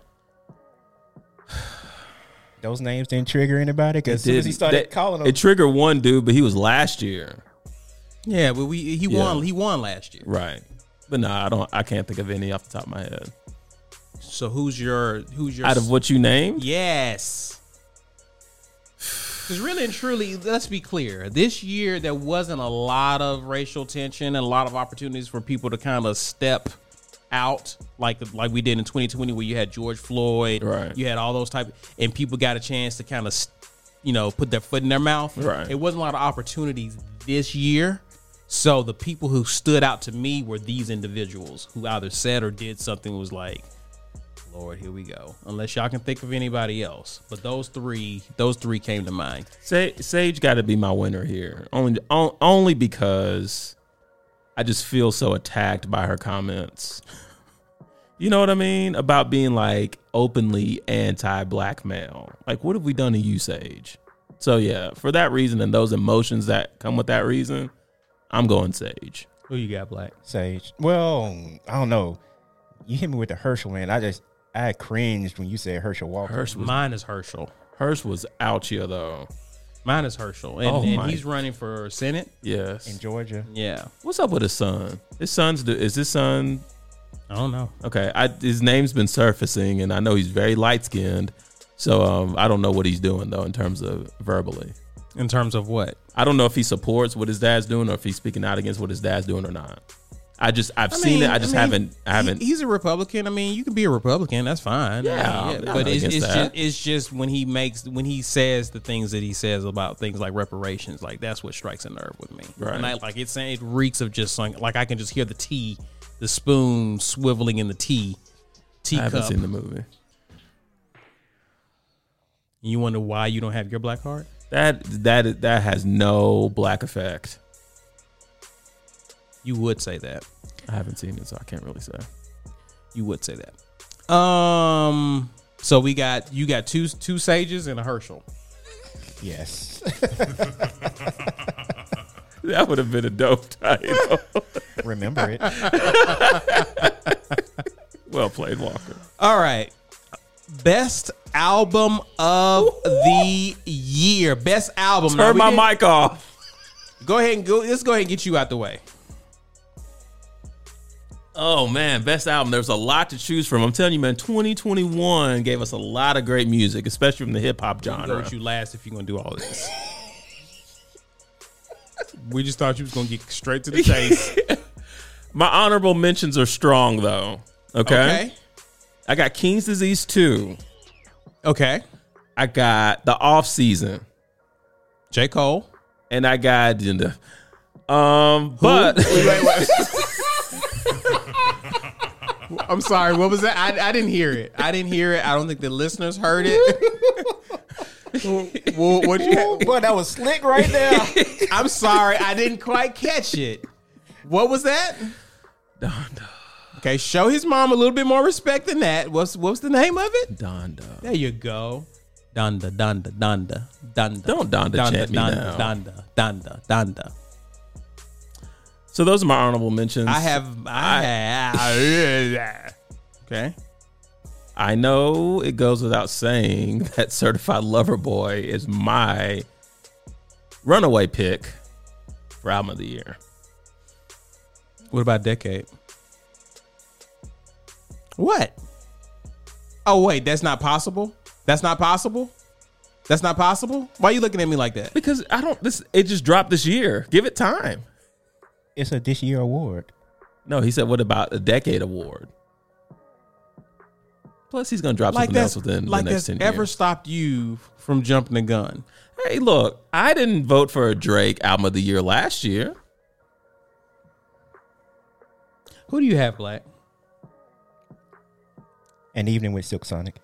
Those names didn't trigger anybody because as Didn't- soon as he started that- calling them, It triggered one dude, but he was last year, Yeah, but we he won Yeah. he won last year. right? But nah, I don't. I can't think of any off the top of my head. So who's your who's your Out of what you named, Yes. Because really and truly, let's be clear. This year, there wasn't a lot of racial tension and a lot of opportunities for people to kind of step out, like like we did in 2020, where you had George Floyd, Right. You had all those type, and people got a chance to kind of, you know, put their foot in their mouth. Right. It wasn't a lot of opportunities this year. So the people who stood out to me were these individuals who either said or did something that was like, Lord, here we go. Unless y'all can think of anybody else, but those three, those three came to mind. Sa- Sage got to be my winner here. Only on, only because I just feel so attacked by her comments. You know what I mean about being like openly anti-black male. Like, what have we done to you, Sage? So yeah, for that reason and those emotions that come with that reason, I'm going Sage. Who you got, Black? Sage. Well, I don't know. You hit me with the Herschel man. I just I cringed when you said Herschel Walker. Hirsch was Mine is Herschel. Hirsch was out here though. Mine is Herschel, and, Oh, and my. he's running for Senate. Yes. in Georgia. Yeah, What's up with his son? His son's do- is his son I don't know. okay? I, his name's been surfacing, and I know he's very light skinned, so um, I don't know what he's doing though in terms of verbally. In terms of what? I don't know if he supports what his dad's doing or if he's speaking out against what his dad's doing or not. I just I've seen it. I just mean, haven't I haven't. he- he's a Republican. I mean, you can be a Republican. That's fine. Yeah, I mean, I'm not but it's, against it's just that. it's just when he makes when he says the things that he says about things like reparations, like that's what strikes a nerve with me. Right. And I, like it's it reeks of just like, like I can just hear the tea, the spoon swiveling in the tea, tea I haven't cup. seen the movie. You wonder why you don't have your black card? That that that has no black effect. You would say that. I haven't seen it, so I can't really say. [laughs] You would say that. Um. So we got you got two two sages and a Herschel. [laughs] Yes. That would have been a dope [laughs] [laughs] title. Remember [laughs] it. well played, Walker. All right. Best album of the year. Best album. Now, Turn we my didn't- mic off. Go ahead and go. Let's go ahead and get you out the way. Oh man, best album. There's a lot to choose from. I'm telling you, man. 2021 gave us a lot of great music, especially from the hip hop I'll go genre. with you last if you're gonna do all of this. we just thought you was gonna get straight to the chase. [laughs] My honorable mentions are strong though. okay. Okay. I got King's Disease 2. Okay. I got The Off Season. J. Cole. And I got um but I'm sorry. What was that? I, I didn't hear it. I didn't hear it. I don't think the listeners heard it. [laughs] what you? Boy, that was slick right there. [laughs] I'm sorry. I didn't quite catch it. What was that? [laughs] Donda. Okay, show his mom a little bit more respect than that. What's what's the name of it? Donda. There you go. Donda, donda, donda, donda. Don't Donda chant me donda, now. donda, donda, donda. So those are my honorable mentions. I have I [laughs] Okay. I know it goes without saying [laughs] that Certified Lover Boy is my runaway pick for album of the year. What about decade? What? Oh wait, that's not possible? That's not possible? That's not possible? Why are you looking at me like that? Because I don't this it just dropped this year. Give it time. It's a this year award. No, he said what about a decade award? Plus he's gonna drop Like something that's else within like the next that's 10 ever years. stopped you from jumping the gun. Hey, look, I didn't vote for a Drake album of the year last year. Who do you have, Black? An evening with Silk Sonic.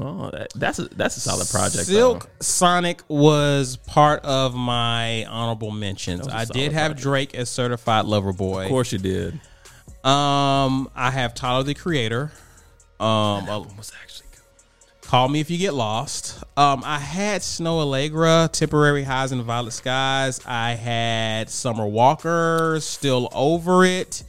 Oh, that, that's a, that's a solid project. Silk though. Sonic was part of my honorable mentions. was a I solid did have project. Drake as Certified Lover Boy. of course you did. Um, I have Tyler the Creator. Um, uh, Was actually good. Call Me If You Get Lost. Um, I had Snow Allegra, Temporary Highs and Violet Skies. I had Summer Walker, Still Over It.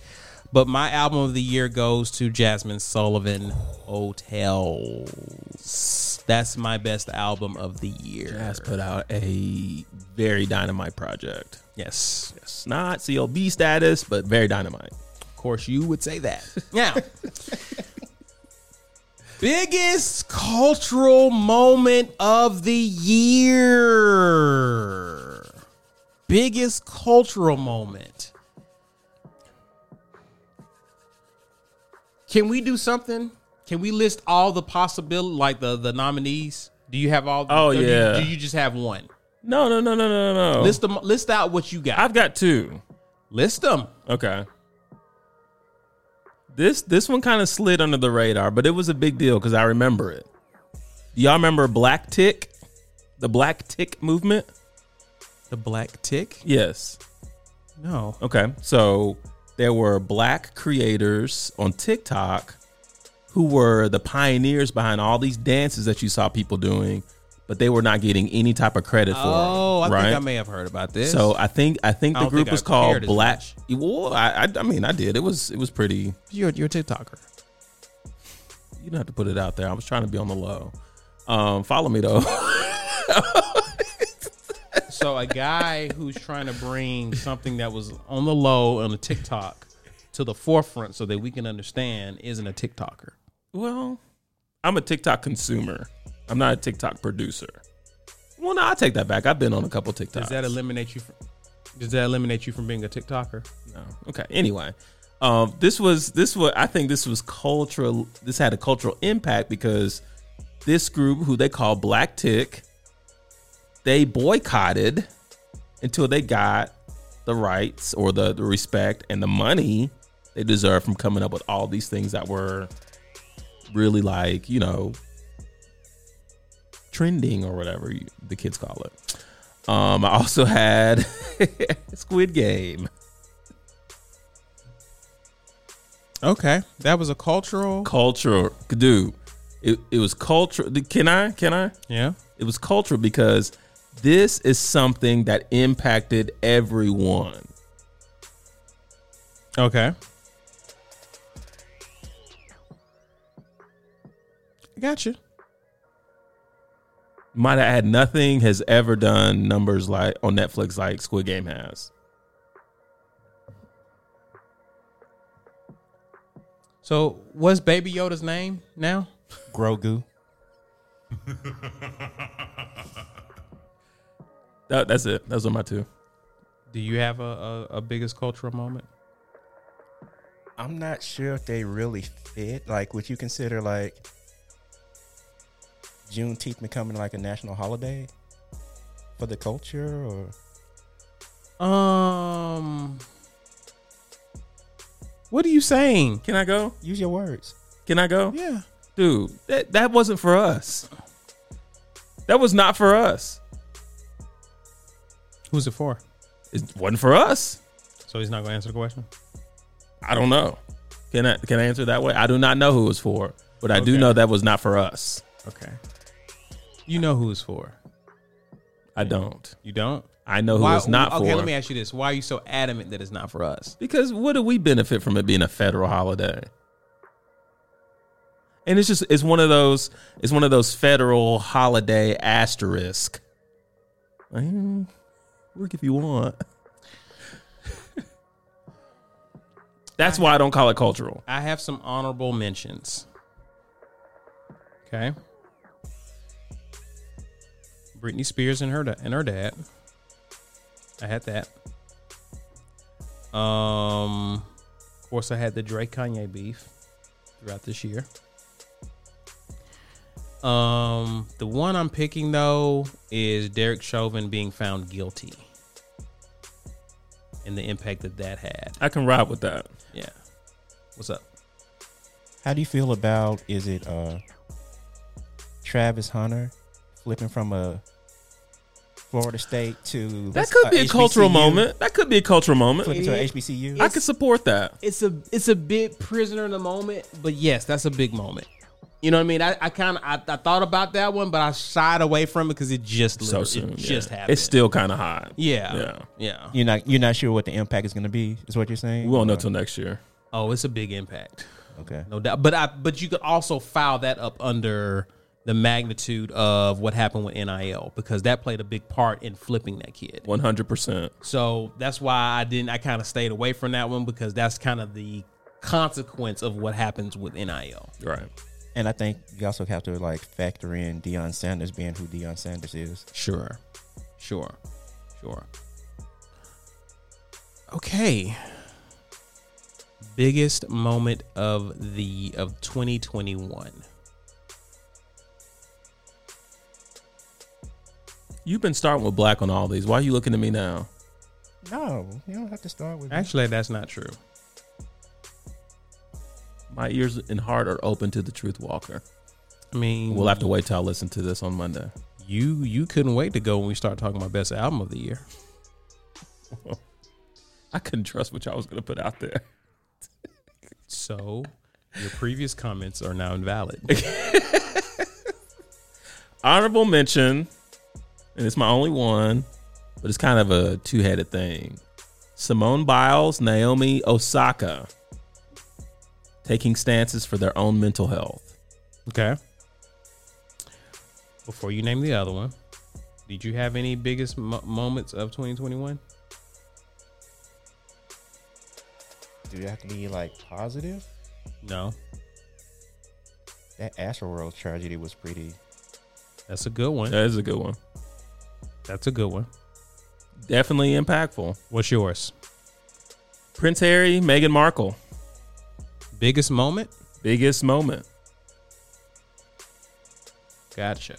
But my album of the year goes to Jasmine Sullivan, Hotels. That's my best album of the year. Has put out a very dynamite project. Yes. It's not CLB status, but very dynamite. Of course, you would say that. Now, biggest cultural moment of the year. Biggest cultural moment. Can we do something? Can we list all the possible like the the nominees? Do you have all? Oh, or do you- yeah. Oh. do you just have one? [laughs] No, no, no, no, no, no, no. List them. List out what you got. I've got two. list them. Okay. This this one kind of slid under the radar, but it was a big deal because I remember it. Do y'all remember Black Tick? The Black Tick movement? The black tick. Yes. No. Okay. So there were black creators on TikTok who were the pioneers behind all these dances that you saw people doing, but they were not getting any type of credit for Oh, I it. Right? think I may have heard about this. so I think I think I the don't group think I was called cared as Black. much. Well, I, I I mean I did. It was it was pretty. you're you're a TikToker. You don't have to put it out there. I was trying to be on the low. Um, follow me though. So a guy who's trying to bring something that was on the low on the TikTok to the forefront so that we can understand isn't a TikToker. [laughs] Well, I'm a TikTok consumer. I'm not a TikTok producer. Well, no, I take that back. I've been on a couple TikToks. Does that eliminate you from does that eliminate you from being a TikToker? No. Okay. Anyway, um, this was this was I think this was cultural. This had a cultural impact because this group, who they call Black Tick, they boycotted until they got the rights or the, the respect and the money they deserve from coming up with all these things that were really like you know trending or whatever you, the kids call it. Um, I also had [laughs] Squid Game. Okay. That was a cultural culture, dude. It, it was culture. Can I? Can I? Yeah. It was culture because this is something that impacted everyone. Okay. I got you. Might have had nothing has ever done numbers like on Netflix like Squid Game has. So what's Baby Yoda's name now? Grogu. That, that's it. Those are my two. Do you have a, a, a biggest cultural moment? I'm not sure if they really fit. Like, would you consider like Juneteenth becoming like a national holiday for the culture, or Um What are you saying? Can I go? use your words? Can I go? Yeah. Dude, that, that wasn't for us. That was not for us. Who's it for? It wasn't for us. So he's not gonna answer the question? I don't know. Can I can I answer that way? I do not know who it was for, but I do Okay. know that was not for us. Okay. You know who it's for. I don't. You don't? I know who it's not okay, for. let me ask you this. Why are you so adamant that it's not for us? because what do we benefit from it being a federal holiday? And it's just it's one of those it's one of those federal holiday asterisk. Well, work if you want. [laughs] That's why I don't call it cultural. I have some honorable mentions. Okay. Britney Spears and her da- and her dad. I had that. Um, of course, I had the Drake Kanye beef throughout this year. Um, the one I'm picking though is Derek Chauvin being found guilty and the impact that that had. I can ride with that. Yeah. What's up? How do you feel about is it uh Travis Hunter flipping from a Florida State to That could be a cultural HBCU? moment. That could be a cultural moment. Flipping to a Idiot. HBCU. I could support that. it's a it's a big prisoner in the moment, but yes, that's a big moment. You know what I mean? I, I kind of I, I thought about that one, but I shied away from it because it just So literally- soon. it yeah. just happened. It's still kind of hot. yeah, Yeah. yeah, yeah. You're not you're not sure what the impact is going to be. Is what you're saying? We won't know till next year. Oh, it's a big impact, Okay. no doubt. But I but you could also file that up under the magnitude of what happened with NIL because that played a big part in flipping that kid. 100%. So that's why I didn't. I kind of stayed away from that one because that's kind of the consequence of what happens with NIL. Right. And I think you also have to like factor in Deion Sanders being who Deion Sanders is. Sure. Sure. Sure. Okay. Biggest moment of the of 2021. You've been starting with black on all these. Why are you looking at me now? No, you don't have to start with. Actually, that's not true. My ears and heart are open to the truth walker. I mean, We'll have to wait till I listen to this on Monday. you you couldn't wait to go when we start talking about best album of the year. I couldn't trust what y'all was going to put out there. So, your previous comments are now [laughs] invalid. Honorable mention, and it's my only one, but it's kind of a two headed thing. Simone Biles, Naomi Osaka taking stances for their own mental health. okay. Before you name the other one, do Did you have any biggest mo- moments of 2021? Do you have to be like positive? No, That Astro World tragedy was pretty. that's a good one. That is a good one. That's a good one. Definitely impactful. What's yours? Prince Harry, Meghan Markle, Biggest moment? biggest moment. Gotcha.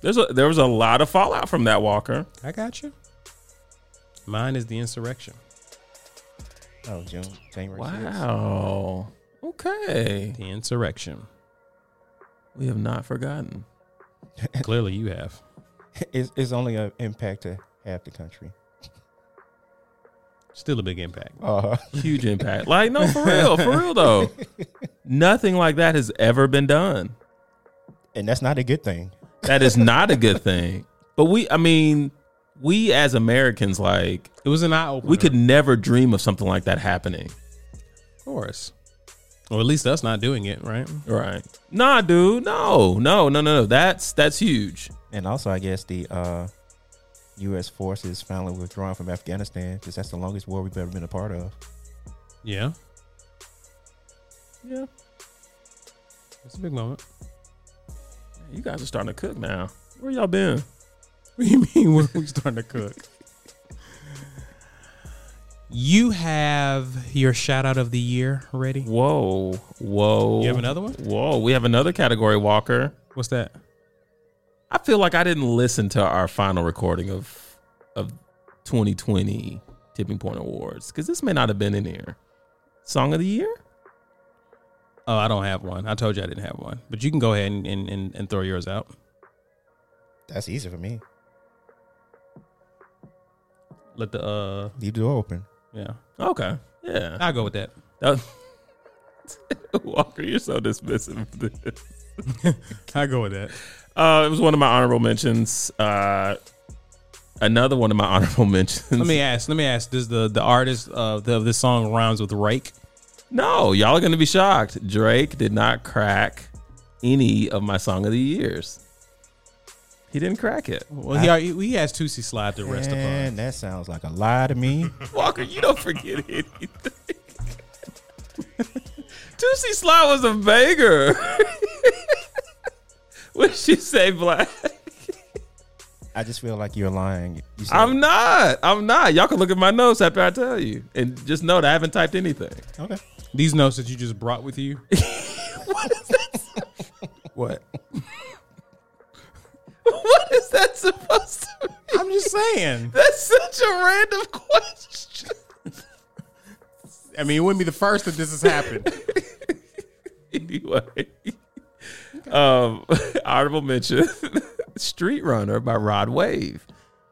There's a, there was a lot of fallout from that Walker. I gotcha. Mine is the insurrection. Oh, June, January. 6th. Wow. Okay. The insurrection. We have not forgotten. [laughs] Clearly, you have. [laughs] It's, it's only an impact to half the country. Still a big impact. Uh, [laughs] Huge impact. Like, no, for real, for real though. Nothing like that has ever been done. and that's not a good thing. That is not a good thing. But we, I mean, we as Americans, like, It was an eye opener. we could never dream of something like that happening. of course, or at least us not doing it, right? Right. Nah, dude. No, no, no, no, no. That's that's huge. And also, I guess the uh, U.S. forces finally withdrawn from Afghanistan because that's the longest war we've ever been a part of. Yeah, Yeah. it's a big moment. You guys are starting to cook now. Where y'all been? [laughs] What do you mean when we starting to cook? you have your shout out of the year ready. [laughs] Whoa. Whoa. You have another one? Whoa. We have another category, Walker. What's that? I feel like I didn't listen to our final recording of of 2020 Tipping Point Awards because this may not have been in here. Song of the year? Oh, I don't have one. I told you I didn't have one, but you can go ahead and and, and, and throw yours out. That's easy for me. Let the uh, Leave the door open. yeah, Okay. Yeah. I'll go with that. That- [laughs] Walker, you're so dismissive. of this. I'll go with that. Uh, it was one of my honorable mentions. Uh, another one of my [laughs] honorable mentions. Let me ask. Let me ask. Does the the artist of the, of this song rhymes with Rake? no, y'all are going to be shocked. Drake did not crack any of my song of the years. He didn't crack it. Well, he already, he has Tootsie Slide to rest And that sounds like a lie [laughs] to me. Walker, you don't forget anything. [laughs] Juicy Sly was a [laughs] beggar. what she say, Black? I just feel like you're lying. You said- I'm not. I'm not. Y'all can look at my notes after I tell you, and just know that I haven't typed anything. okay. upon. These notes that you just brought with you. What is that? [laughs] what? What is that supposed to? Be? I'm just [laughs] saying. [laughs] That's such a random question. [laughs] I mean, it wouldn't be the first that this has happened. anyway, um, [laughs] honorable mention: [laughs] Street Runner by Rod Wave.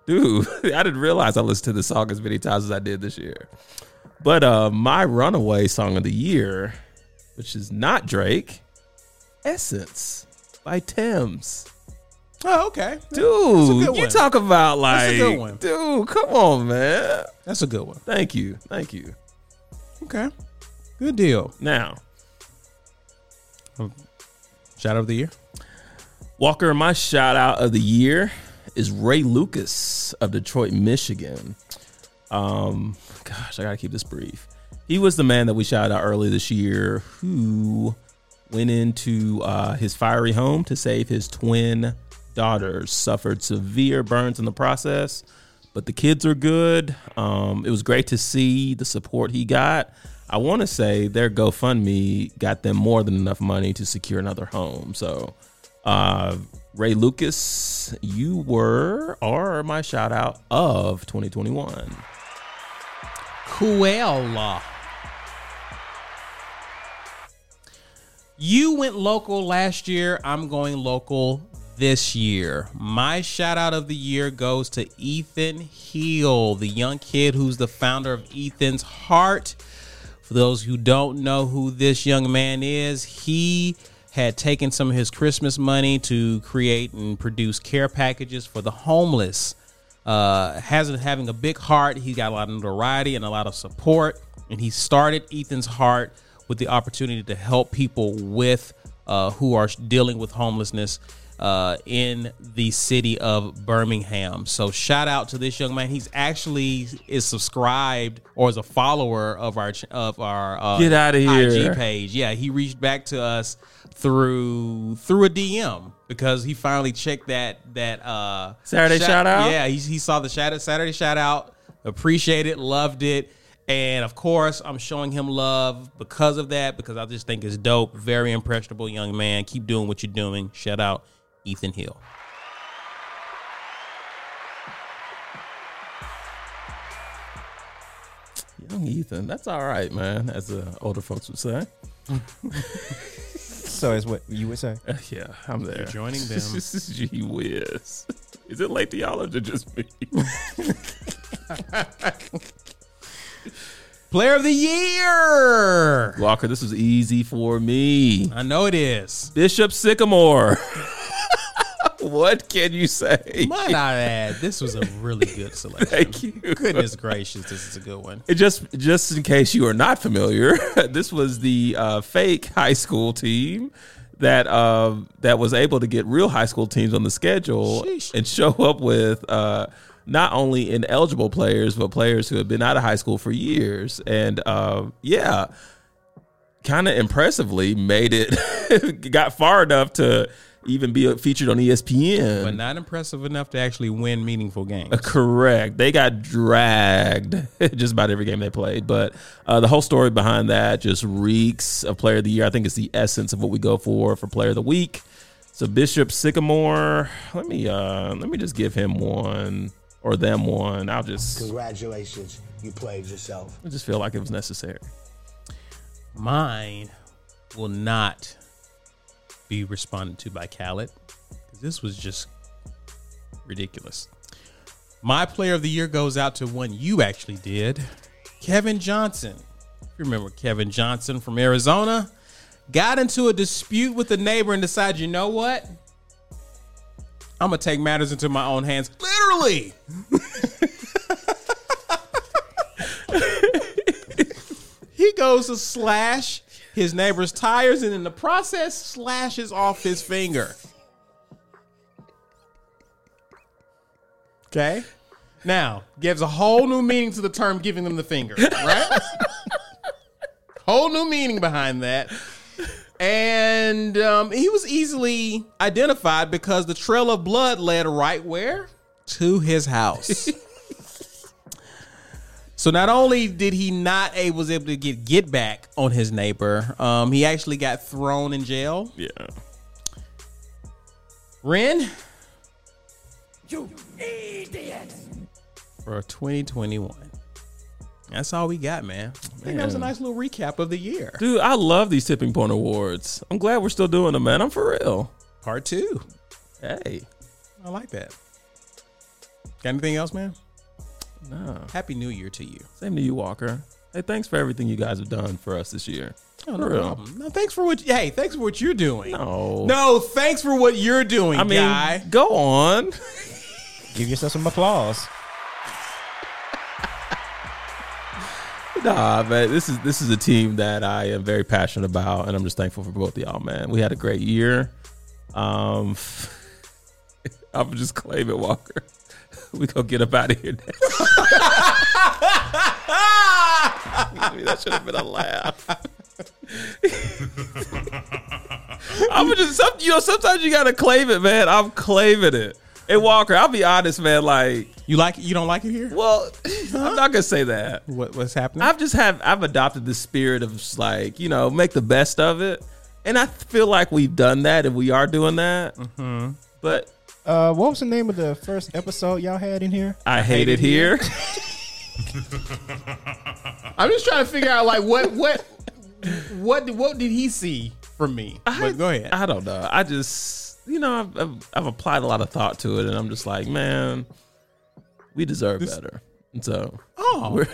Dude, [laughs] I didn't realize I listened to the song as many times as I did this year. But uh, my runaway song of the year, which is not Drake, "Essence" by Thames. [laughs] oh, okay. Dude, good you one. talk about like, That's a good one. dude, come on, man. That's a good one. Thank you, thank you. Okay. Good deal. Now, Shout out of the year. Walker, my shout out of the year is Ray Lucas of Detroit, Michigan. Um, gosh, I gotta keep this brief. He was the man that we shouted out early this year who went into uh, his fiery home to save his twin daughters, suffered severe burns in the process, but the kids are good. Um, it was great to see the support he got. I want to say their GoFundMe got them more than enough money to secure another home. So, uh, Ray Lucas, you were or my shout out of 2021. Cool. You went local last year. I'm going local this year. My shout out of the year goes to Ethan Heal, the young kid who's the founder of Ethan's Heart. For those who don't know who this young man is, he had taken some of his Christmas money to create and produce care packages for the homeless. Uh, has having a big heart. He's got a lot of notoriety and a lot of support. And he started Ethan's Heart with the opportunity to help people with uh, who are dealing with homelessness. uh, in the city of Birmingham. So shout out to this young man. He's actually is subscribed or is a follower of our ch- of our uh, Get outta here. IG page. Yeah, he reached back to us through through a DM because he finally checked that that uh Saturday shout out? Yeah, he, he saw the shout out Saturday shout out, appreciated, loved it. And of course, I'm showing him love because of that, because I just think it's dope. Very impressionable young man. Keep doing what you're doing. Shout out Ethan Hill. Young Ethan, that's all right, man. As the older folks would say. [laughs] So is what you would say. Uh, yeah, I'm there. [laughs] joining them. Gee whiz. Is it late to y'all or is it just me? [laughs] Player of the year. Walker, this was easy for me. I know it is. Bishop Sycamore. [laughs] what can you say? Might I add, this was a really good selection. [laughs] Thank you. Goodness gracious, this is a good one. It just just in case you are not familiar, [laughs] this was the uh, fake [laughs] high school team that uh, that was able to get real high school teams on the schedule Sheesh. and show up with uh, not only ineligible players but players who have been out of high school for years. And uh, yeah, kind of impressively made it [laughs] got far enough to even be featured on E ESPN. But not impressive enough to actually win meaningful games. Correct. They got dragged [laughs] just about every game they played. But uh, the whole story behind that just reeks of Player of the Year. I think it's the essence of what we go for for Player of the Week. So Bishop Sycamore, let me uh, let me just give him one or them one. I'll just Congratulations, you played yourself. I just feel like it was necessary. Mine will not be responded to by Khaled because this was just ridiculous. My player of the year goes out to one you actually did, Kevin Johnson. You remember Kevin Johnson from Arizona? Got into a dispute with a neighbor and decided, you know what? I'm going to take matters into my own hands. Literally. He goes to slash his neighbor's tires and in the process slashes off his finger. Okay. Now, gives a whole new meaning to the term giving them the finger, right? [laughs] whole new meaning behind that. And um, he was easily identified because the trail of blood led right where? To his house. So not only did he not a was able to get get back on his neighbor, um, he actually got thrown in jail. Yeah. Ren, you idiot! For 2021, that's all we got, man. I think that was a Man. nice little recap of the year. Dude, I love these tipping point awards. I'm glad we're still doing them, man. I'm for real. Part two. Hey. I like that. Got anything else, man? No. Happy New Year to you. Same to you, Walker. Hey, thanks for everything you guys have done for us this year. Oh, For no real. problem. No, thanks for what. Hey, thanks for what you're doing. No. No, thanks for what you're doing, I mean, guy. go on. Give yourself some applause. nah, man, this is this is a team that I am very passionate about, and I'm just thankful for both of y'all, man. We had a great year. Um, [laughs] I'm just claiming Walker. [laughs] We gonna get up out of here. Now. that should have been a [laughs] laugh. I'm just some, you know. Sometimes you gotta claim it, man. I'm claiming it. And Walker, I'll be honest, man. Like, You like it? You don't like it here? well, I'm not gonna say that. What, what's happening? I've just have I've adopted the spirit of just like you know make the best of it, and I feel like we've done that and we are doing that. Mm-hmm. But Uh, what was the name of the first episode y'all had in here? I, hate, it here. I'm just trying to figure out like what what what what did he see from me? but go ahead. I don't know. I just you know I've, I've, I've applied a lot of thought to it, and I'm just like, man, we deserve better. And so oh, we're.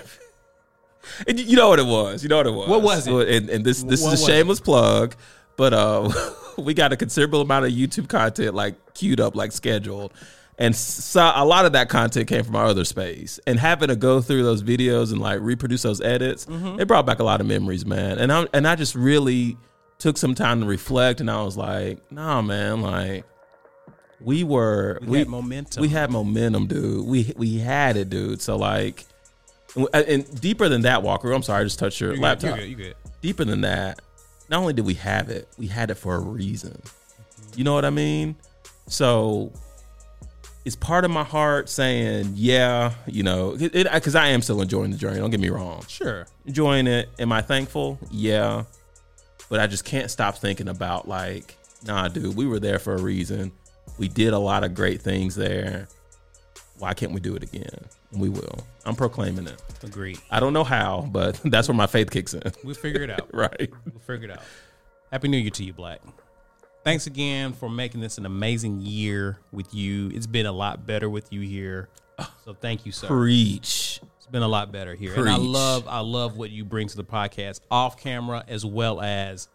[laughs] And you- you know what it was. You know what it was. What was it? And, and this this What is was a it? shameless plug, but uh, [laughs] we got a considerable amount of YouTube content like queued up, like scheduled, and so a lot of that content came from our other space. And having to go through those videos and like reproduce those edits, Mm-hmm. it brought back a lot of memories, man. And I and I just really took some time to reflect, and I was like, nah, man, like we were We had momentum. We had momentum, dude. We we had it, dude. So like, and, and deeper than that, Walker. I'm sorry, I just touched your You good, laptop. you good, you good. Deeper than that, not only did we have it, we had it for a reason. You know what I mean? So it's part of my heart saying, yeah, you know, because I am still enjoying the journey. Don't get me wrong Sure. enjoying it. Am I thankful? Yeah. But I just can't stop thinking about like, nah, dude, we were there for a reason. We did a lot of great things there. Why can't we do it again? And we will. I'm proclaiming it. Agreed. I don't know how, but [laughs] that's where my faith kicks in. [laughs] We'll figure it [laughs] out. Right. We'll figure it out. Happy New Year to you, Black. Thanks again for making this an amazing year with you. It's been a lot better with you here. So thank you, sir. Preach. It's been a lot better here. And I Preach. love I love what you bring to the podcast off camera as well as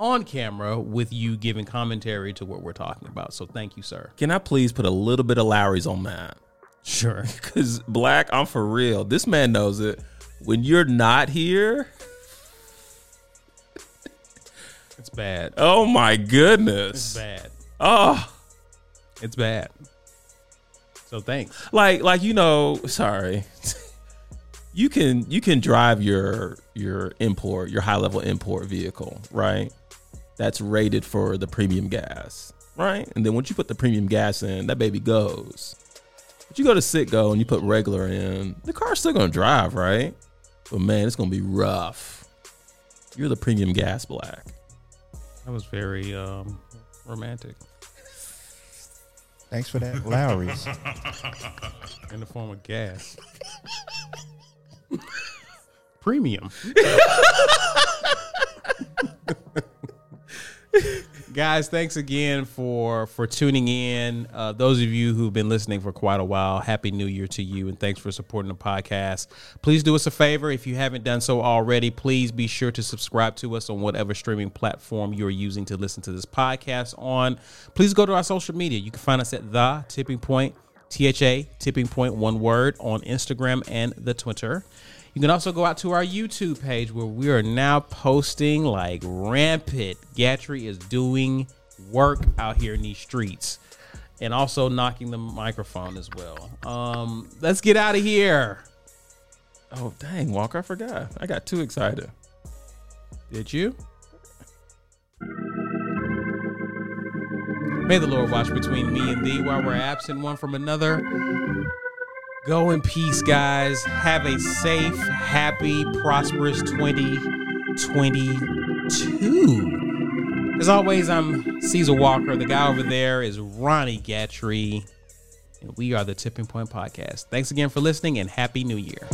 on camera with you giving commentary to what we're talking about. So thank you, sir. Can I please put a little bit of Lowry's on that? Sure. [laughs] Cause black, I'm for real. This man knows it. When you're not here, It's bad. oh my It's goodness. bad. Oh, It's bad. So thanks. like like you know sorry [laughs] you can you can drive your your import your high level import vehicle right that's rated for the premium gas right and then once you put the premium gas in that baby goes but you go to sitgo and you put regular in the car's still gonna drive right but man it's gonna be rough you're the premium gas black That was very um, romantic Thanks for that, Lowry's. in the form of gas. Premium. Guys, thanks again for for tuning in. Uh, those of you who've been listening for quite a while, happy new year to you, and thanks for supporting the podcast. Please do us a favor if you haven't done so already. Please be sure to subscribe to us on whatever streaming platform you're using to listen to this podcast on. Please go to our social media. You can find us at the Tipping Point. THA tipping point one word on Instagram and the Twitter. You can also go out to our YouTube page where we are now posting like rampant. Gatry is doing work out here in these streets and also knocking the microphone as well. Um, let's get out of here. oh dang walker i forgot i got too excited Did you? May the Lord watch between me and thee while we're absent one from another. Go in peace, guys. Have a safe, happy, prosperous 2022. As always, I'm Caesar Walker. The guy over there is Ronnie Gatry. And we are the Tipping Point Podcast. Thanks again for listening and Happy New Year.